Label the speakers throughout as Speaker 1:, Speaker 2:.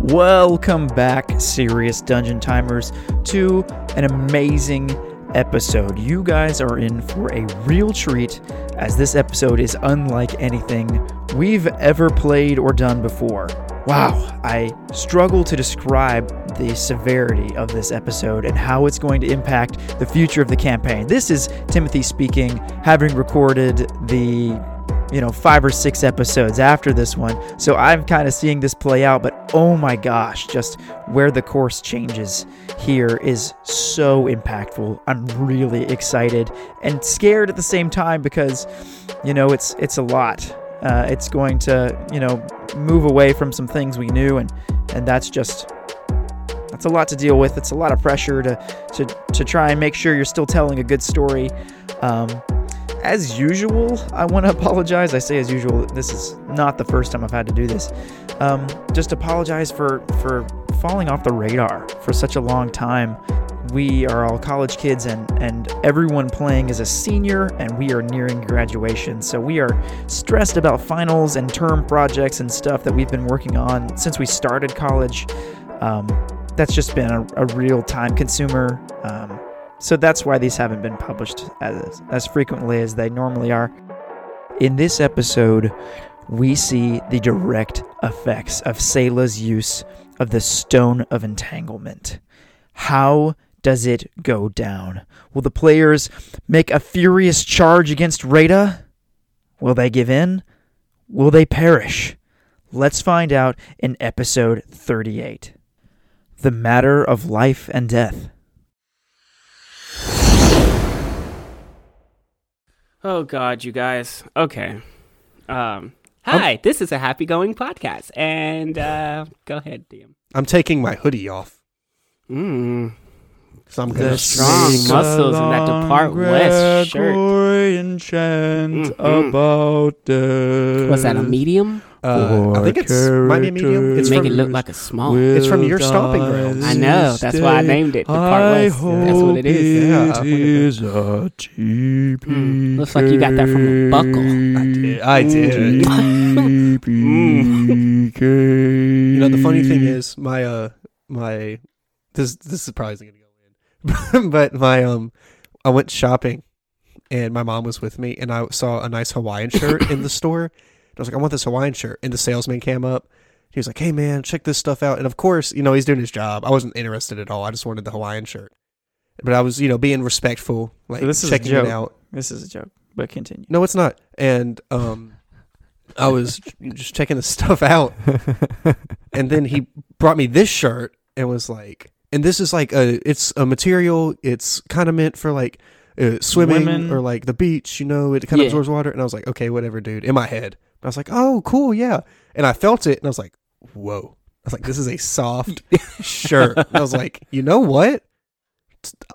Speaker 1: Welcome back, serious dungeon timers, to an amazing episode. You guys are in for a real treat as this episode is unlike anything we've ever played or done before. Wow, I struggle to describe the severity of this episode and how it's going to impact the future of the campaign. This is Timothy speaking, having recorded the you know, five or six episodes after this one. So I'm kind of seeing this play out, but oh my gosh, just where the course changes here is so impactful. I'm really excited and scared at the same time because, you know, it's it's a lot. Uh, it's going to, you know, move away from some things we knew, and and that's just that's a lot to deal with. It's a lot of pressure to to to try and make sure you're still telling a good story. Um, as usual, I want to apologize. I say as usual. This is not the first time I've had to do this. Um, just apologize for for falling off the radar for such a long time. We are all college kids, and and everyone playing is a senior, and we are nearing graduation. So we are stressed about finals and term projects and stuff that we've been working on since we started college. Um, that's just been a, a real time consumer. Um, so that's why these haven't been published as, as frequently as they normally are. In this episode, we see the direct effects of Selah's use of the Stone of Entanglement. How does it go down? Will the players make a furious charge against Rada? Will they give in? Will they perish? Let's find out in episode 38 The Matter of Life and Death.
Speaker 2: Oh God, you guys. Okay. Um, hi, this is a happy going podcast, and uh, go ahead, DM.
Speaker 3: I'm taking my hoodie off
Speaker 2: Mm,
Speaker 3: because I'm
Speaker 1: The
Speaker 3: gonna
Speaker 2: strong
Speaker 3: sneak up.
Speaker 2: muscles in that Depart West shirt.
Speaker 1: Gregorian chant
Speaker 3: Mm-hmm.
Speaker 2: Mhm.
Speaker 1: about death.
Speaker 2: was that a medium?
Speaker 3: Uh, I think it's might be a medium. It's
Speaker 2: Make
Speaker 3: from,
Speaker 2: it look like a small.
Speaker 3: it's from your stomping grounds.
Speaker 2: I know. That's why I named it Depart
Speaker 1: I
Speaker 2: West. That's what it is. Hmm,
Speaker 3: Yeah, I
Speaker 1: hope
Speaker 3: wondered
Speaker 1: it is a TPK.
Speaker 2: Looks like you got that from a buckle.
Speaker 3: I did. I did.
Speaker 1: TPK.
Speaker 3: You know, the funny thing is, my uh, my this this is probably isn't gonna go in, but my um, I went shopping, and my mom was with me, and I saw a nice Hawaiian shirt in the store. And I was like, I want this Hawaiian shirt, and the salesman came up. He was like, Hey man, check this stuff out, and of course, you know, he's doing his job. I wasn't interested at all. I just wanted the Hawaiian shirt, but I was, you know, being respectful, like
Speaker 1: This is a
Speaker 3: checking
Speaker 1: joke.
Speaker 3: it out.
Speaker 1: This is a joke, but continue.
Speaker 3: No, it's not. And um, I was just checking the stuff out, and then he brought me this shirt and was like, "And this is like a, it's a material. It's kind of meant for like uh, swimming
Speaker 1: Women.
Speaker 3: or like the beach. You know, it kind
Speaker 2: Yeah.
Speaker 3: of absorbs water." And I was like, "Okay, whatever, dude." In my head, I was like, "Oh, cool, yeah." And I felt it, and I was like, "Whoa." I was like, this is a soft shirt. And I was like, you know what?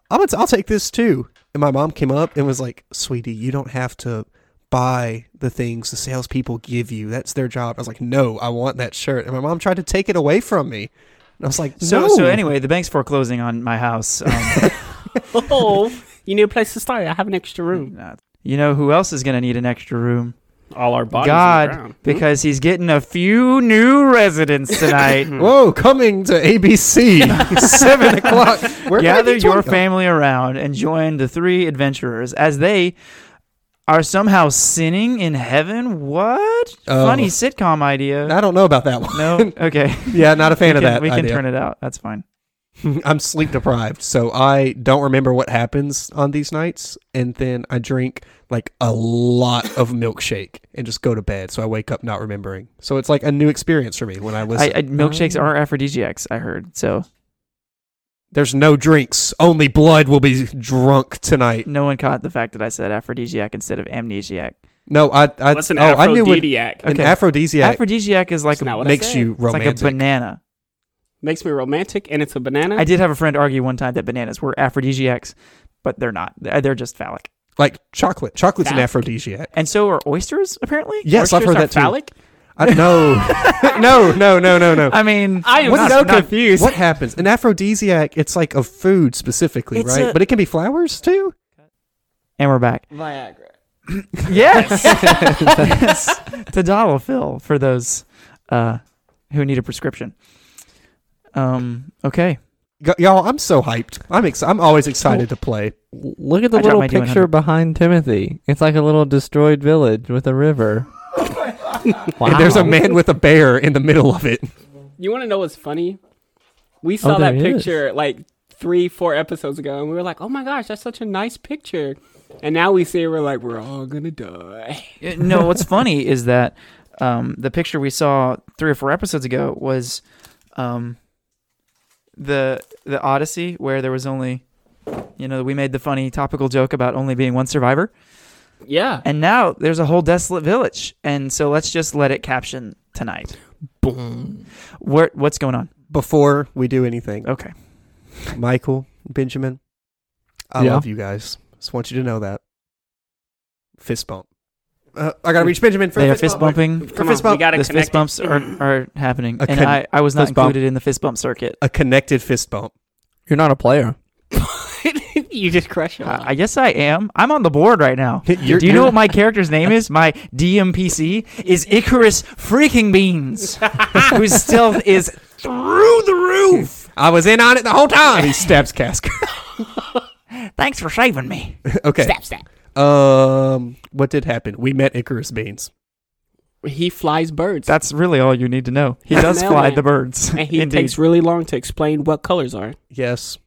Speaker 3: I'm gonna, I'll take this too. And my mom came up and was like, sweetie, you don't have to buy the things the salespeople give you. That's their job. I was like, no, I want that shirt. And my mom tried to take it away from me. And I was like,
Speaker 1: So,
Speaker 3: no.
Speaker 1: so anyway, the bank's foreclosing on my house. Um,
Speaker 2: Oh, you need a place to start. I have an extra room.
Speaker 1: Nah. You know who else is going to need an extra room?
Speaker 2: All our bodies. on the
Speaker 1: God,
Speaker 3: Hmm?
Speaker 2: ground. Hmm.
Speaker 1: because he's getting a few new residents tonight.
Speaker 3: Whoa, coming to ABC, seven o'clock. Where can I
Speaker 1: Gather
Speaker 3: get
Speaker 1: your
Speaker 3: twenty-
Speaker 1: family around and join the three adventurers as they are somehow sinning in heaven. What?
Speaker 3: Oh.
Speaker 1: Funny sitcom idea.
Speaker 3: I don't know about that one.
Speaker 1: No? Okay.
Speaker 3: Yeah, not a fan
Speaker 1: we
Speaker 3: of
Speaker 1: can,
Speaker 3: that.
Speaker 1: we can
Speaker 3: idea.
Speaker 1: turn it out. That's fine.
Speaker 3: I'm sleep deprived, so I don't remember what happens on these nights. And then I drink like a lot of milkshake and just go to bed. So I wake up not remembering. So it's like a new experience for me when I
Speaker 1: I,
Speaker 3: listen.
Speaker 1: I, milkshakes are aphrodisiacs, I heard. So
Speaker 3: There's no drinks, only blood will be drunk tonight.
Speaker 1: no one caught the fact that I said aphrodisiac instead of amnesiac.
Speaker 3: No, I, I,
Speaker 2: What's an
Speaker 3: oh, I knew what
Speaker 2: aphrodisiac?
Speaker 3: an
Speaker 1: Okay.
Speaker 3: aphrodisiac
Speaker 1: Aphrodisiac is like
Speaker 2: That's not
Speaker 1: a,
Speaker 2: what I
Speaker 3: makes
Speaker 2: said.
Speaker 3: you
Speaker 1: it's like a
Speaker 3: romantic.
Speaker 1: banana.
Speaker 2: Makes me romantic, and it's a banana.
Speaker 1: I did have a friend argue one time that bananas were aphrodisiacs, but they're not. They're they're just phallic.
Speaker 3: like chocolate. Chocolate's an
Speaker 2: Phallic.
Speaker 3: aphrodisiac.
Speaker 1: And so are oysters, apparently.
Speaker 3: Yes, I've
Speaker 2: Oysters
Speaker 3: heard
Speaker 2: are
Speaker 3: that too.
Speaker 2: phallic?
Speaker 3: I, no, no, no, no, no, no.
Speaker 1: I mean,
Speaker 2: I am
Speaker 1: not-
Speaker 2: so
Speaker 1: not-
Speaker 2: confused.
Speaker 3: What happens? An aphrodisiac, it's like a food specifically,
Speaker 1: It's
Speaker 3: right?
Speaker 1: a-
Speaker 3: but it can be flowers too.
Speaker 1: And we're back.
Speaker 2: Viagra.
Speaker 1: Yes. yes. To Phil for those uh, who need a prescription. Um, okay.
Speaker 3: G- y'all, I'm so hyped. I'm ex- I'm always excited to play.
Speaker 4: Look at the
Speaker 1: I dropped
Speaker 4: little
Speaker 1: my D100.
Speaker 4: picture behind Timothy. It's like a little destroyed village with a river. wow.
Speaker 3: And there's a man with a bear in the middle of it.
Speaker 2: You want to know what's funny?
Speaker 3: Oh,
Speaker 2: We saw
Speaker 4: there
Speaker 2: that
Speaker 4: it is.
Speaker 2: picture like three, four episodes ago, and we were like, "Oh my gosh, that's such a nice picture." And now we see it, we're like, "We're all gonna die."
Speaker 1: Uh, no, what's funny is that um, the picture we saw three or four episodes ago was um, the the Odyssey, where there was only, you know, we made the funny topical joke about only being one survivor,
Speaker 2: Yeah.
Speaker 1: and now there's a whole desolate village, and so let's just let it caption tonight.
Speaker 2: Boom.
Speaker 1: What what's going on?
Speaker 3: Before we do anything,
Speaker 1: Okay,
Speaker 3: Michael, Benjamin, I
Speaker 4: Yeah.
Speaker 3: love you guys. Just want you to know that. Fist bump. Uh, I gotta reach Benjamin for
Speaker 1: they
Speaker 3: a
Speaker 1: are fist bumping.
Speaker 2: Come
Speaker 3: fist
Speaker 2: on, we
Speaker 3: bump.
Speaker 2: gotta
Speaker 1: The
Speaker 2: connect.
Speaker 1: fist
Speaker 2: it.
Speaker 1: bumps are, are happening,
Speaker 3: A
Speaker 1: and
Speaker 3: con-
Speaker 1: I, I was not
Speaker 4: fist bump.
Speaker 1: included in the fist bump circuit.
Speaker 3: A connected fist bump.
Speaker 4: You're not a player.
Speaker 2: you just crush it.
Speaker 3: Ah,
Speaker 1: I I guess I am. I'm on the board right now.
Speaker 3: You're-
Speaker 1: Do you know
Speaker 3: you're-
Speaker 1: what my character's name is? My DMPC is Icarus Freaking Beans, whose stealth is through the roof.
Speaker 3: I was in on it the whole time. He stabs Casker.
Speaker 1: Thanks for saving me.
Speaker 3: okay.
Speaker 2: Step, step.
Speaker 3: Um, what did happen? We met Icarus Beans.
Speaker 2: He flies birds,
Speaker 1: That's really all you need to know. He
Speaker 2: does Mailman. fly the
Speaker 1: birds.
Speaker 2: and he takes really long to explain what colors are.
Speaker 3: Yes.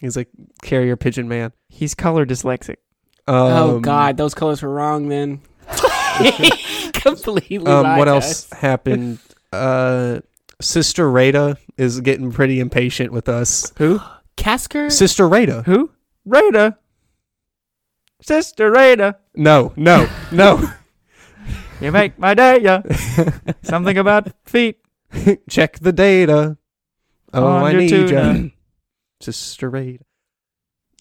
Speaker 3: He's a carrier pigeon man.
Speaker 1: He's color dyslexic.
Speaker 3: Um,
Speaker 2: oh God, those colors were wrong then. Completely.
Speaker 3: Um,
Speaker 2: lied
Speaker 3: what
Speaker 2: to
Speaker 3: else
Speaker 2: us.
Speaker 3: happened? Uh, Sister Rada is getting pretty impatient with us.
Speaker 1: Who?
Speaker 2: Casker.
Speaker 3: Sister Rada.
Speaker 1: Who? Rada. Sister Rada.
Speaker 3: No, no, no.
Speaker 1: You make my day, yeah. Something about feet.
Speaker 3: Check the data. Oh,
Speaker 1: On
Speaker 3: I
Speaker 1: your
Speaker 3: need
Speaker 1: tuna.
Speaker 3: you. Sister Rada.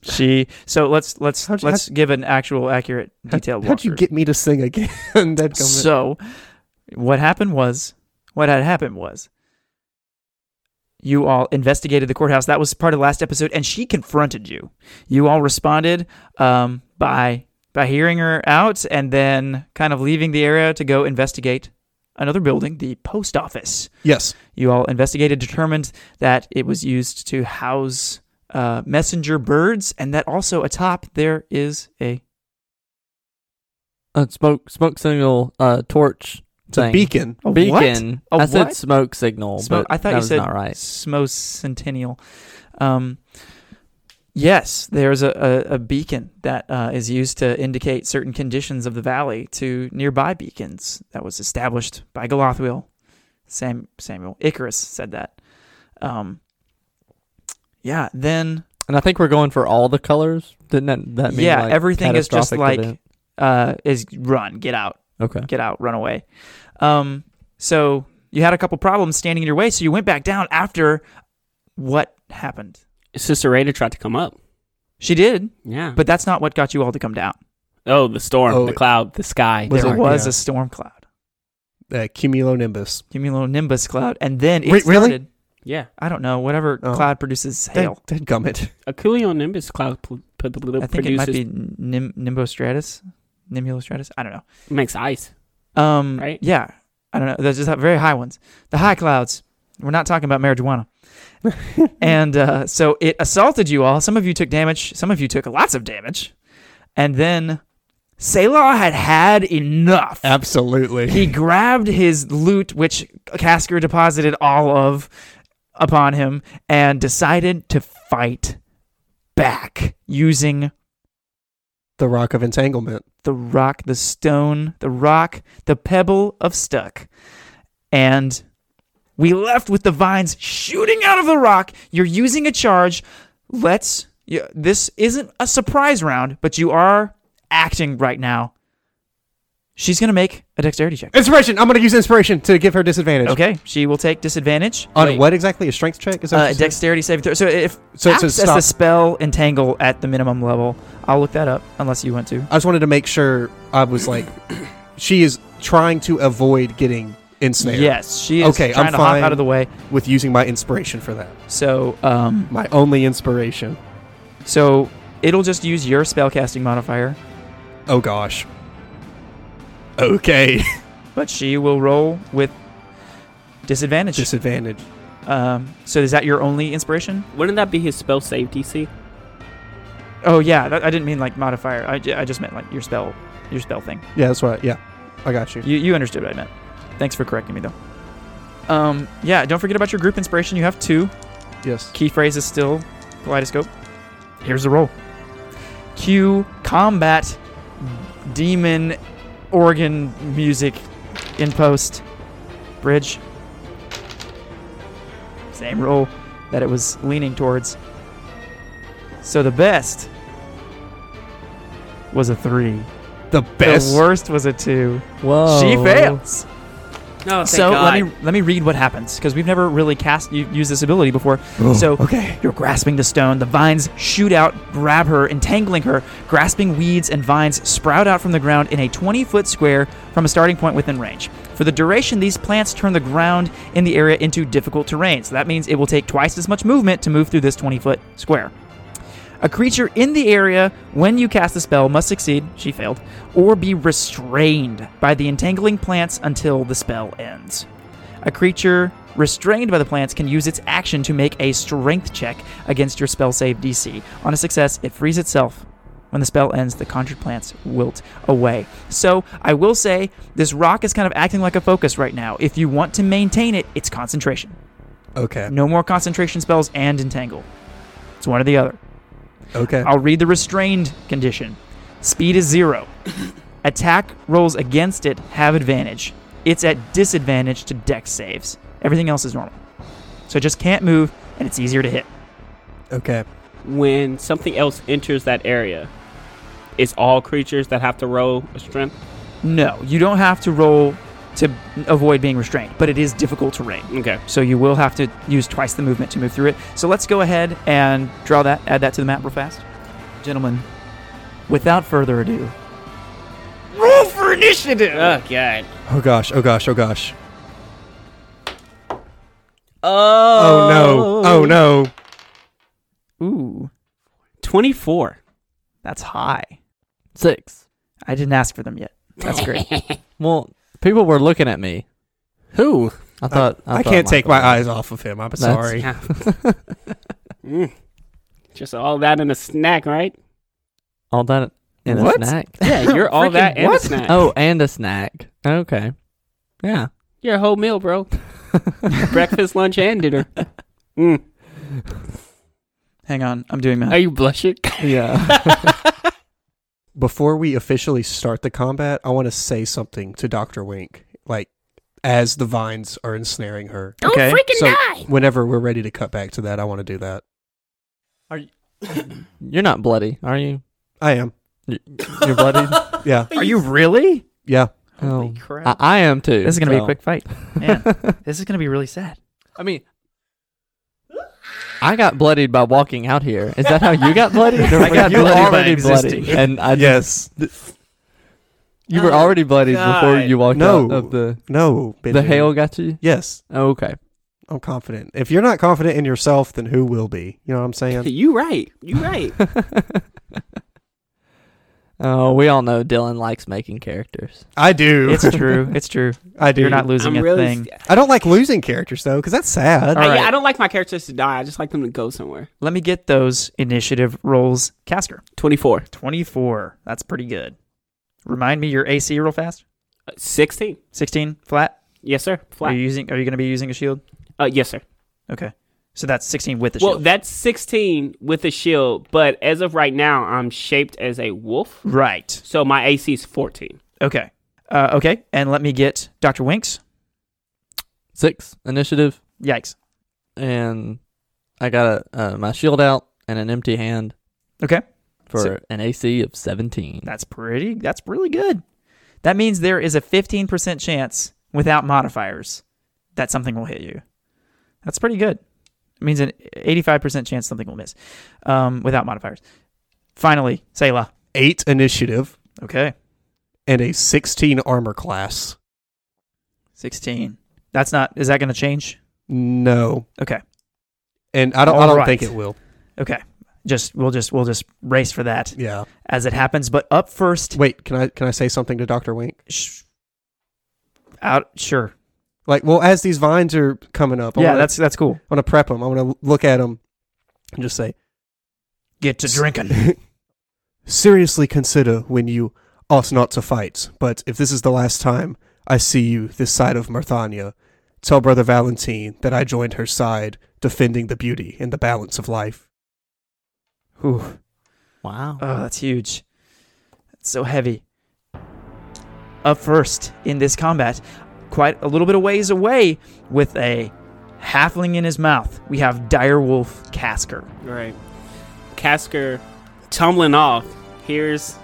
Speaker 1: She. So let's let's
Speaker 3: How'd you-
Speaker 1: let's give an actual accurate
Speaker 3: How-
Speaker 1: detailed
Speaker 3: How'd you
Speaker 1: walkthrough.
Speaker 3: get me to sing again? That'd come in.
Speaker 1: So, what happened was, what had happened was, you all investigated the courthouse. That was part of last episode, and she confronted you. You all responded um, by by hearing her out, and then kind of leaving the area to go investigate another building, the post office.
Speaker 3: yes.
Speaker 1: You all investigated, determined that it was used to house uh, messenger birds, and that also atop there is a
Speaker 4: A smoke smoke signal uh torch
Speaker 3: It's a
Speaker 4: thing.
Speaker 3: beacon.
Speaker 1: a what?
Speaker 4: Beacon.
Speaker 1: A
Speaker 4: I said
Speaker 1: what?
Speaker 4: smoke signal,
Speaker 1: Smo-
Speaker 4: but
Speaker 1: I thought
Speaker 4: that
Speaker 1: you
Speaker 4: was
Speaker 1: said
Speaker 4: not right.
Speaker 1: Smo Centennial. Um, yes, there's a, a, a beacon that uh, is used to indicate certain conditions of the valley to nearby beacons that was established by Galothwil. Sam Samuel Icarus said that. Um, yeah, then
Speaker 4: And I think we're going for all the colors. Didn't that, that mean
Speaker 1: yeah,
Speaker 4: like,
Speaker 1: everything is just
Speaker 4: catastrophic
Speaker 1: like
Speaker 4: event?
Speaker 1: uh, is run, get out,
Speaker 4: okay.
Speaker 1: get out, run away. Um, so you had a couple problems standing in your way, so you went back down after what happened.
Speaker 2: Sister Rada tried to come up.
Speaker 1: She did,
Speaker 2: Yeah.
Speaker 1: but that's not what got you all to come down.
Speaker 2: oh, the storm,
Speaker 3: Oh.
Speaker 2: the cloud, the sky.
Speaker 1: Was
Speaker 3: There
Speaker 1: it
Speaker 3: are-
Speaker 1: was
Speaker 3: yeah.
Speaker 1: a storm cloud,
Speaker 3: Uh, cumulonimbus.
Speaker 1: cumulonimbus cloud, and then it
Speaker 3: Wait, really?
Speaker 1: started-
Speaker 2: Yeah.
Speaker 1: I don't know. Whatever
Speaker 3: Oh.
Speaker 1: cloud produces hail.
Speaker 3: Dead gummit.
Speaker 2: A cumulonimbus cloud pl- pl- pl-
Speaker 1: I think it might
Speaker 2: produces
Speaker 1: be nim- nimbostratus, nimbulostratus. I don't know.
Speaker 2: makes ice.
Speaker 1: Um,
Speaker 2: Right?
Speaker 1: Yeah, I don't know. They're just very high ones. The high clouds. We're not talking about marijuana. and uh, so it assaulted you all. Some of you took damage. Some of you took lots of damage. And then Salar had had enough.
Speaker 3: Absolutely.
Speaker 1: he grabbed his loot, which Casker deposited all of upon him, and decided to fight back using
Speaker 3: The rock of entanglement.
Speaker 1: the rock, the stone, the rock, the pebble of stuck. And we left with the vines shooting out of the rock. You're using a charge. Let's. You, this isn't a surprise round, but you are acting right now. She's going to make a dexterity check.
Speaker 3: Inspiration. I'm gonna use inspiration to give her disadvantage.
Speaker 1: Okay, she will take disadvantage.
Speaker 3: On
Speaker 2: Wait.
Speaker 3: what exactly? A strength check? Is that
Speaker 1: Uh,
Speaker 3: what you said?
Speaker 1: dexterity saving throw. So if
Speaker 3: So it
Speaker 1: acts
Speaker 3: says
Speaker 1: as
Speaker 3: stop.
Speaker 1: the spell entangle at the minimum level, I'll look that up unless you want to.
Speaker 3: I just wanted to make sure I was like, she is trying to avoid getting ensnared
Speaker 1: Yes, she is
Speaker 3: Okay, I'm
Speaker 1: trying to hop
Speaker 3: fine.
Speaker 1: out of the way.
Speaker 3: with using my inspiration for that.
Speaker 1: So um,
Speaker 3: My only inspiration.
Speaker 1: so it'll just use your spellcasting modifier,
Speaker 3: Oh gosh. Okay.
Speaker 1: but she will roll with disadvantage.
Speaker 3: disadvantage.
Speaker 1: Um, so is that your only inspiration?
Speaker 2: Wouldn't that be his spell save DC?
Speaker 1: Oh yeah, that, I didn't mean like modifier. I, ju- I just meant like your spell, your spell thing.
Speaker 3: Yeah, that's what. I, yeah, I got you.
Speaker 1: You you understood what I meant. Thanks for correcting me though. Um, yeah, don't forget about your group inspiration. You have two.
Speaker 3: Yes.
Speaker 1: Key phrase is still kaleidoscope. Here's the roll. Cue combat demon organ music in post bridge. Same roll that it was leaning towards. So the best was a three.
Speaker 3: The best.
Speaker 1: The worst was a two.
Speaker 4: Whoa.
Speaker 1: She fails.
Speaker 2: No,
Speaker 1: so let me let me read what happens because we've never really cast you used this ability before. so okay, you're grasping the stone. The vines shoot out, grab her, entangling her. Grasping weeds and vines sprout out from the ground in a 20-foot square from a starting point within range. For the duration, these plants turn the ground in the area into difficult terrain. So that means it will take twice as much movement to move through this 20-foot square. A creature in the area when you cast the spell must succeed, she failed, or be restrained by the entangling plants until the spell ends. A creature restrained by the plants can use its action to make a strength check against your spell save DC. On a success, it frees itself. When the spell ends, the conjured plants wilt away. So, I will say this rock is kind of acting like a focus right now. If you want to maintain it, it's concentration.
Speaker 3: Okay.
Speaker 1: No more concentration spells and entangle. It's one or the other.
Speaker 3: Okay.
Speaker 1: I'll read the restrained condition. Speed is zero. Attack rolls against it have advantage. It's at disadvantage to deck saves. Everything else is normal. So it just can't move, and it's easier to hit.
Speaker 3: okay.
Speaker 2: when something else enters that area, it's all creatures that have to roll a strength.
Speaker 1: No, you don't have to roll to avoid being restrained, but it is difficult terrain.
Speaker 2: Okay.
Speaker 1: So you will have to use twice the movement to move through it. So let's go ahead and draw that, add that to the map real fast. Gentlemen, without further ado, roll for initiative!
Speaker 2: Oh god.
Speaker 3: Oh gosh. Oh gosh. Oh gosh.
Speaker 2: Oh,
Speaker 3: Oh no. Oh no.
Speaker 1: Ooh,
Speaker 2: Twenty-four.
Speaker 1: that's high.
Speaker 4: Six.
Speaker 1: I didn't ask for them yet. That's great.
Speaker 4: Well, people were looking at me.
Speaker 2: Who?
Speaker 4: I thought I,
Speaker 3: I
Speaker 4: thought
Speaker 3: can't take my
Speaker 4: Michael-
Speaker 3: eyes off of him. I'm sorry.
Speaker 2: Mm. Just all that in a snack, right?
Speaker 4: All that in
Speaker 3: What?
Speaker 4: a snack.
Speaker 2: Yeah, you're all
Speaker 1: Freaking
Speaker 2: that and
Speaker 1: what?
Speaker 2: a snack.
Speaker 4: Oh, and a snack. Okay. Yeah.
Speaker 2: You're a whole meal, bro. Breakfast, lunch, and dinner. Mm.
Speaker 1: Hang on, I'm doing
Speaker 2: Are
Speaker 1: math.
Speaker 2: you blushing?
Speaker 4: Yeah.
Speaker 3: Before we officially start the combat, I want to say something to Doctor Wink, like as the vines are ensnaring her.
Speaker 1: okay.
Speaker 3: so whenever we're ready to cut back to that, I want to do that.
Speaker 4: You're not bloody, are you?
Speaker 3: I am.
Speaker 4: You're bloody.
Speaker 3: Yeah.
Speaker 1: Are you really?
Speaker 3: Yeah.
Speaker 1: Holy
Speaker 4: Oh.
Speaker 1: crap.
Speaker 4: I, I am too.
Speaker 1: this is going to be a
Speaker 4: so-
Speaker 1: quick fight. Man, this is going to be really sad.
Speaker 4: I mean, I got bloodied by walking out here. Is that how you got bloodied? I got
Speaker 1: you already
Speaker 4: already
Speaker 1: existing.
Speaker 4: bloody, and I just,
Speaker 3: Yes.
Speaker 4: you
Speaker 1: Oh
Speaker 4: were already bloodied before
Speaker 2: God.
Speaker 4: you walked
Speaker 3: No.
Speaker 4: out of the
Speaker 3: No.
Speaker 4: the
Speaker 3: Benjamin.
Speaker 4: hail got you.
Speaker 3: Yes.
Speaker 4: Oh, okay.
Speaker 3: I'm confident. If you're not confident in yourself, then who will be? You know what I'm saying?
Speaker 2: you right. You right.
Speaker 4: oh, we all know Dylan likes making characters.
Speaker 3: I do.
Speaker 1: It's true. It's true.
Speaker 3: I do.
Speaker 1: You're not losing
Speaker 2: I'm
Speaker 1: a
Speaker 2: really.
Speaker 1: thing.
Speaker 3: I don't like losing characters though, because that's sad.
Speaker 2: I,
Speaker 1: All right.
Speaker 2: I don't like my characters to die. I just like them to go somewhere.
Speaker 1: Let me get those initiative rolls. Casker,
Speaker 2: Twenty-four.
Speaker 1: 24. That's pretty good. Remind me your AC real fast.
Speaker 2: Uh, Sixteen.
Speaker 1: 16 flat.
Speaker 2: Yes, sir.
Speaker 1: Are
Speaker 2: Flat.
Speaker 1: you using? Are you going to be using a shield?
Speaker 2: Uh, yes, sir.
Speaker 1: Okay. So that's 16 with the
Speaker 2: Well,
Speaker 1: shield.
Speaker 2: that's 16 with a shield, but as of right now, I'm shaped as a wolf.
Speaker 1: right.
Speaker 2: So my AC is 14.
Speaker 1: Okay. Uh, okay. And let me get Dr. Winks.
Speaker 4: Six initiative,
Speaker 1: Yikes.
Speaker 4: and I got a, uh, my shield out and an empty hand
Speaker 1: Okay.
Speaker 4: for
Speaker 1: So-
Speaker 4: an AC of seventeen.
Speaker 1: That's pretty. That's really good. That means there is a 15% chance without modifiers that something will hit you. That's pretty good. It means an 85% chance something will miss um, without modifiers. Finally, Selah.
Speaker 3: Eight initiative
Speaker 1: Okay.
Speaker 3: and a 16 armor class.
Speaker 1: 16. That's not, is that going to change?
Speaker 3: No,
Speaker 1: Okay.
Speaker 3: and I don't. I
Speaker 1: All
Speaker 3: don't
Speaker 1: right.
Speaker 3: think it will.
Speaker 1: Okay. Just, we'll just, we'll just race for that
Speaker 3: Yeah.
Speaker 1: as it happens. But up first,
Speaker 3: Wait. Can I? Can I say something to Doctor Wink?
Speaker 1: sh- out, sure.
Speaker 3: Like, well, as these vines are coming up, I
Speaker 1: yeah,
Speaker 3: wanna,
Speaker 1: that's that's cool.
Speaker 3: I want to prep them. I want to look at them and just say,
Speaker 1: Get to drinking.
Speaker 3: seriously consider when you ought not to fight. But if this is the last time I see you this side of Marthania, tell Brother Valentine that I joined her side, defending the beauty and the balance of life.
Speaker 1: Whew.
Speaker 4: Wow.
Speaker 1: Oh, that's huge. That's so heavy. Up first in this combat, quite a little bit of ways away, with a halfling in his mouth, we have Direwolf Casker.
Speaker 2: Right. Casker tumbling off, hears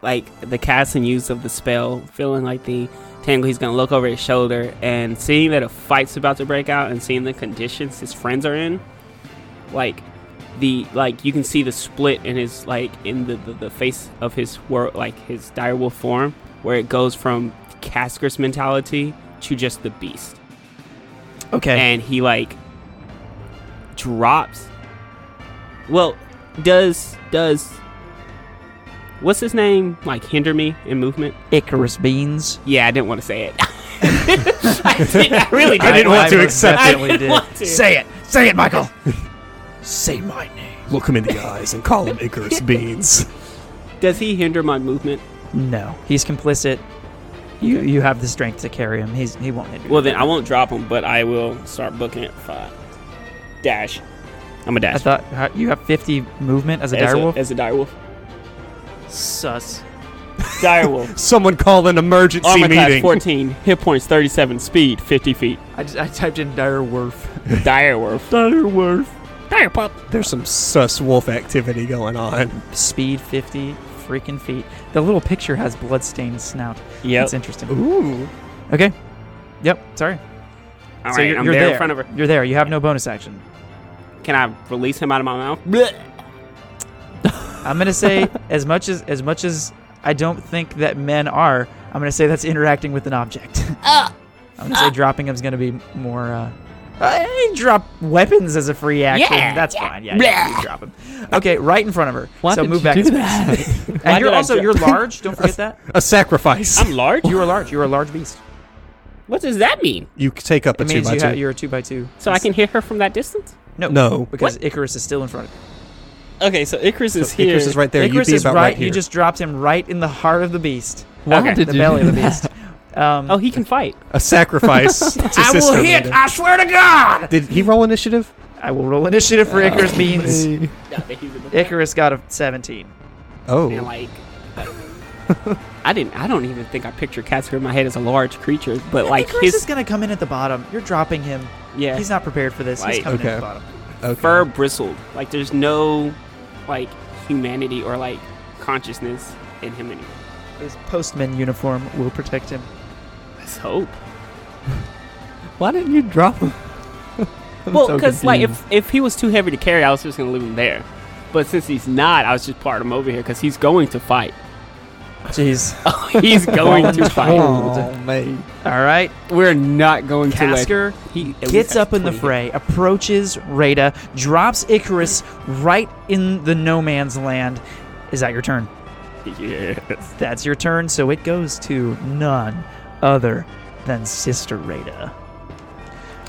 Speaker 2: like the cast and use of the spell, feeling like the tangle. He's gonna look over his shoulder and seeing that a fight's about to break out and seeing the conditions his friends are in, like the like you can see the split in his like in the the, the face of his world like his direwolf form where it goes from Casker's mentality to just the beast
Speaker 1: Okay.
Speaker 2: and he like drops. Well, does does what's his name like hinder me in movement?
Speaker 1: Icarus Beans.
Speaker 2: Yeah, I didn't want to say it. I, did, I really didn't.
Speaker 1: I didn't want to
Speaker 2: I
Speaker 1: accept
Speaker 2: didn't
Speaker 1: it.
Speaker 2: want to.
Speaker 1: Say it. Say it, Michael. Say my name.
Speaker 3: Look him in the eyes and call him Icarus Beans.
Speaker 2: Does he hinder my movement?
Speaker 1: No, he's complicit. You you have the strength to carry him. He's he won't hit you.
Speaker 2: Well, then I won't drop him, but I will start booking it. Five dash. I'm a
Speaker 1: I
Speaker 2: dash.
Speaker 1: thought how- you have 50 movement as a
Speaker 2: as
Speaker 1: direwolf.
Speaker 2: A, as a direwolf.
Speaker 1: Sus.
Speaker 2: Direwolf.
Speaker 3: Someone call an emergency
Speaker 2: Armor class
Speaker 3: meeting.
Speaker 2: 14, hit points 37, speed 50 feet.
Speaker 4: I, just, I typed in direwolf.
Speaker 2: Direwolf.
Speaker 1: Direwolf.
Speaker 2: Direwolf.
Speaker 3: There's some sus wolf activity going on.
Speaker 1: Speed 50 freaking feet. The little picture has bloodstained snout.
Speaker 2: Yep.
Speaker 1: That's interesting.
Speaker 3: Ooh.
Speaker 1: Okay. Yep. Sorry.
Speaker 2: All
Speaker 1: So
Speaker 2: right,
Speaker 1: you're,
Speaker 2: I'm
Speaker 1: you're
Speaker 2: there in front of her.
Speaker 1: You're there. You have no bonus action.
Speaker 2: Can I release him out of my mouth?
Speaker 1: I'm gonna say as much as as much as I don't think that men are. I'm gonna say that's interacting with an object. I'm gonna say dropping him's gonna be more. Uh, I drop weapons as a free action.
Speaker 2: Yeah,
Speaker 1: that's
Speaker 2: yeah.
Speaker 1: fine. Yeah, yeah, you drop him. Okay, right in front of her.
Speaker 4: Why
Speaker 1: so
Speaker 4: did
Speaker 1: move
Speaker 4: you
Speaker 1: back.
Speaker 4: do
Speaker 1: to space.
Speaker 4: that?
Speaker 1: And you're
Speaker 2: did I
Speaker 1: also
Speaker 2: dro-
Speaker 1: you're large. Don't forget that.
Speaker 3: A sacrifice.
Speaker 2: I'm large.
Speaker 1: You are large. You are a large beast.
Speaker 2: What does that mean?
Speaker 3: you take up a
Speaker 1: It
Speaker 3: two
Speaker 1: means
Speaker 3: by
Speaker 1: you
Speaker 3: two.
Speaker 1: ha- you're a two by two.
Speaker 2: So I can hit her from that distance?
Speaker 1: no
Speaker 3: no.
Speaker 1: because Icarus is still in front of you.
Speaker 2: Okay, so Icarus
Speaker 3: So Icarus is right there.
Speaker 1: Icarus
Speaker 3: You'd be
Speaker 1: is
Speaker 3: about
Speaker 1: right.
Speaker 3: right, here.
Speaker 1: You just dropped him right in the heart of the beast.
Speaker 4: Why
Speaker 2: Okay.
Speaker 4: did
Speaker 1: the
Speaker 4: you
Speaker 1: belly
Speaker 4: do
Speaker 1: of the
Speaker 4: that?
Speaker 1: beast. Um,
Speaker 2: Oh, he can fight.
Speaker 3: a sacrifice. to Sister Luna.
Speaker 2: I swear to God.
Speaker 3: Did Oh, he roll initiative?
Speaker 1: I will roll initiative for Icarus Beans.
Speaker 2: Icarus.
Speaker 1: Icarus got a 17.
Speaker 3: Oh.
Speaker 2: And like, I didn't. I don't even think I picture Casker in my head as a large creature, but like
Speaker 1: Icarus is
Speaker 2: his
Speaker 1: going to come in at the bottom. You're dropping him.
Speaker 2: yeah
Speaker 1: He's not prepared for this. He's
Speaker 2: Right.
Speaker 1: coming in at the
Speaker 3: Okay.
Speaker 1: bottom.
Speaker 3: okay.
Speaker 2: fur bristled. Like there's no like humanity or like consciousness in him anymore.
Speaker 1: His postman uniform will protect him.
Speaker 2: Let's hope.
Speaker 4: Why didn't you drop him? I'm
Speaker 2: well,
Speaker 4: so
Speaker 2: because like
Speaker 4: confused.
Speaker 2: if if he was too heavy to carry, I was just gonna leave him there. But since he's not, I was just part him over here because he's going to fight.
Speaker 1: Jeez.
Speaker 2: He's going to fight.
Speaker 4: Oh, mate.
Speaker 1: All right.
Speaker 2: We're not going to.
Speaker 1: Casker
Speaker 2: Like, he at least
Speaker 1: gets
Speaker 2: has
Speaker 1: up in the
Speaker 2: 20.
Speaker 1: fray, approaches Rada, drops Icarus right in the no man's land. Is that your turn?
Speaker 2: Yes.
Speaker 1: That's your turn, so it goes to none other than Sister Rada,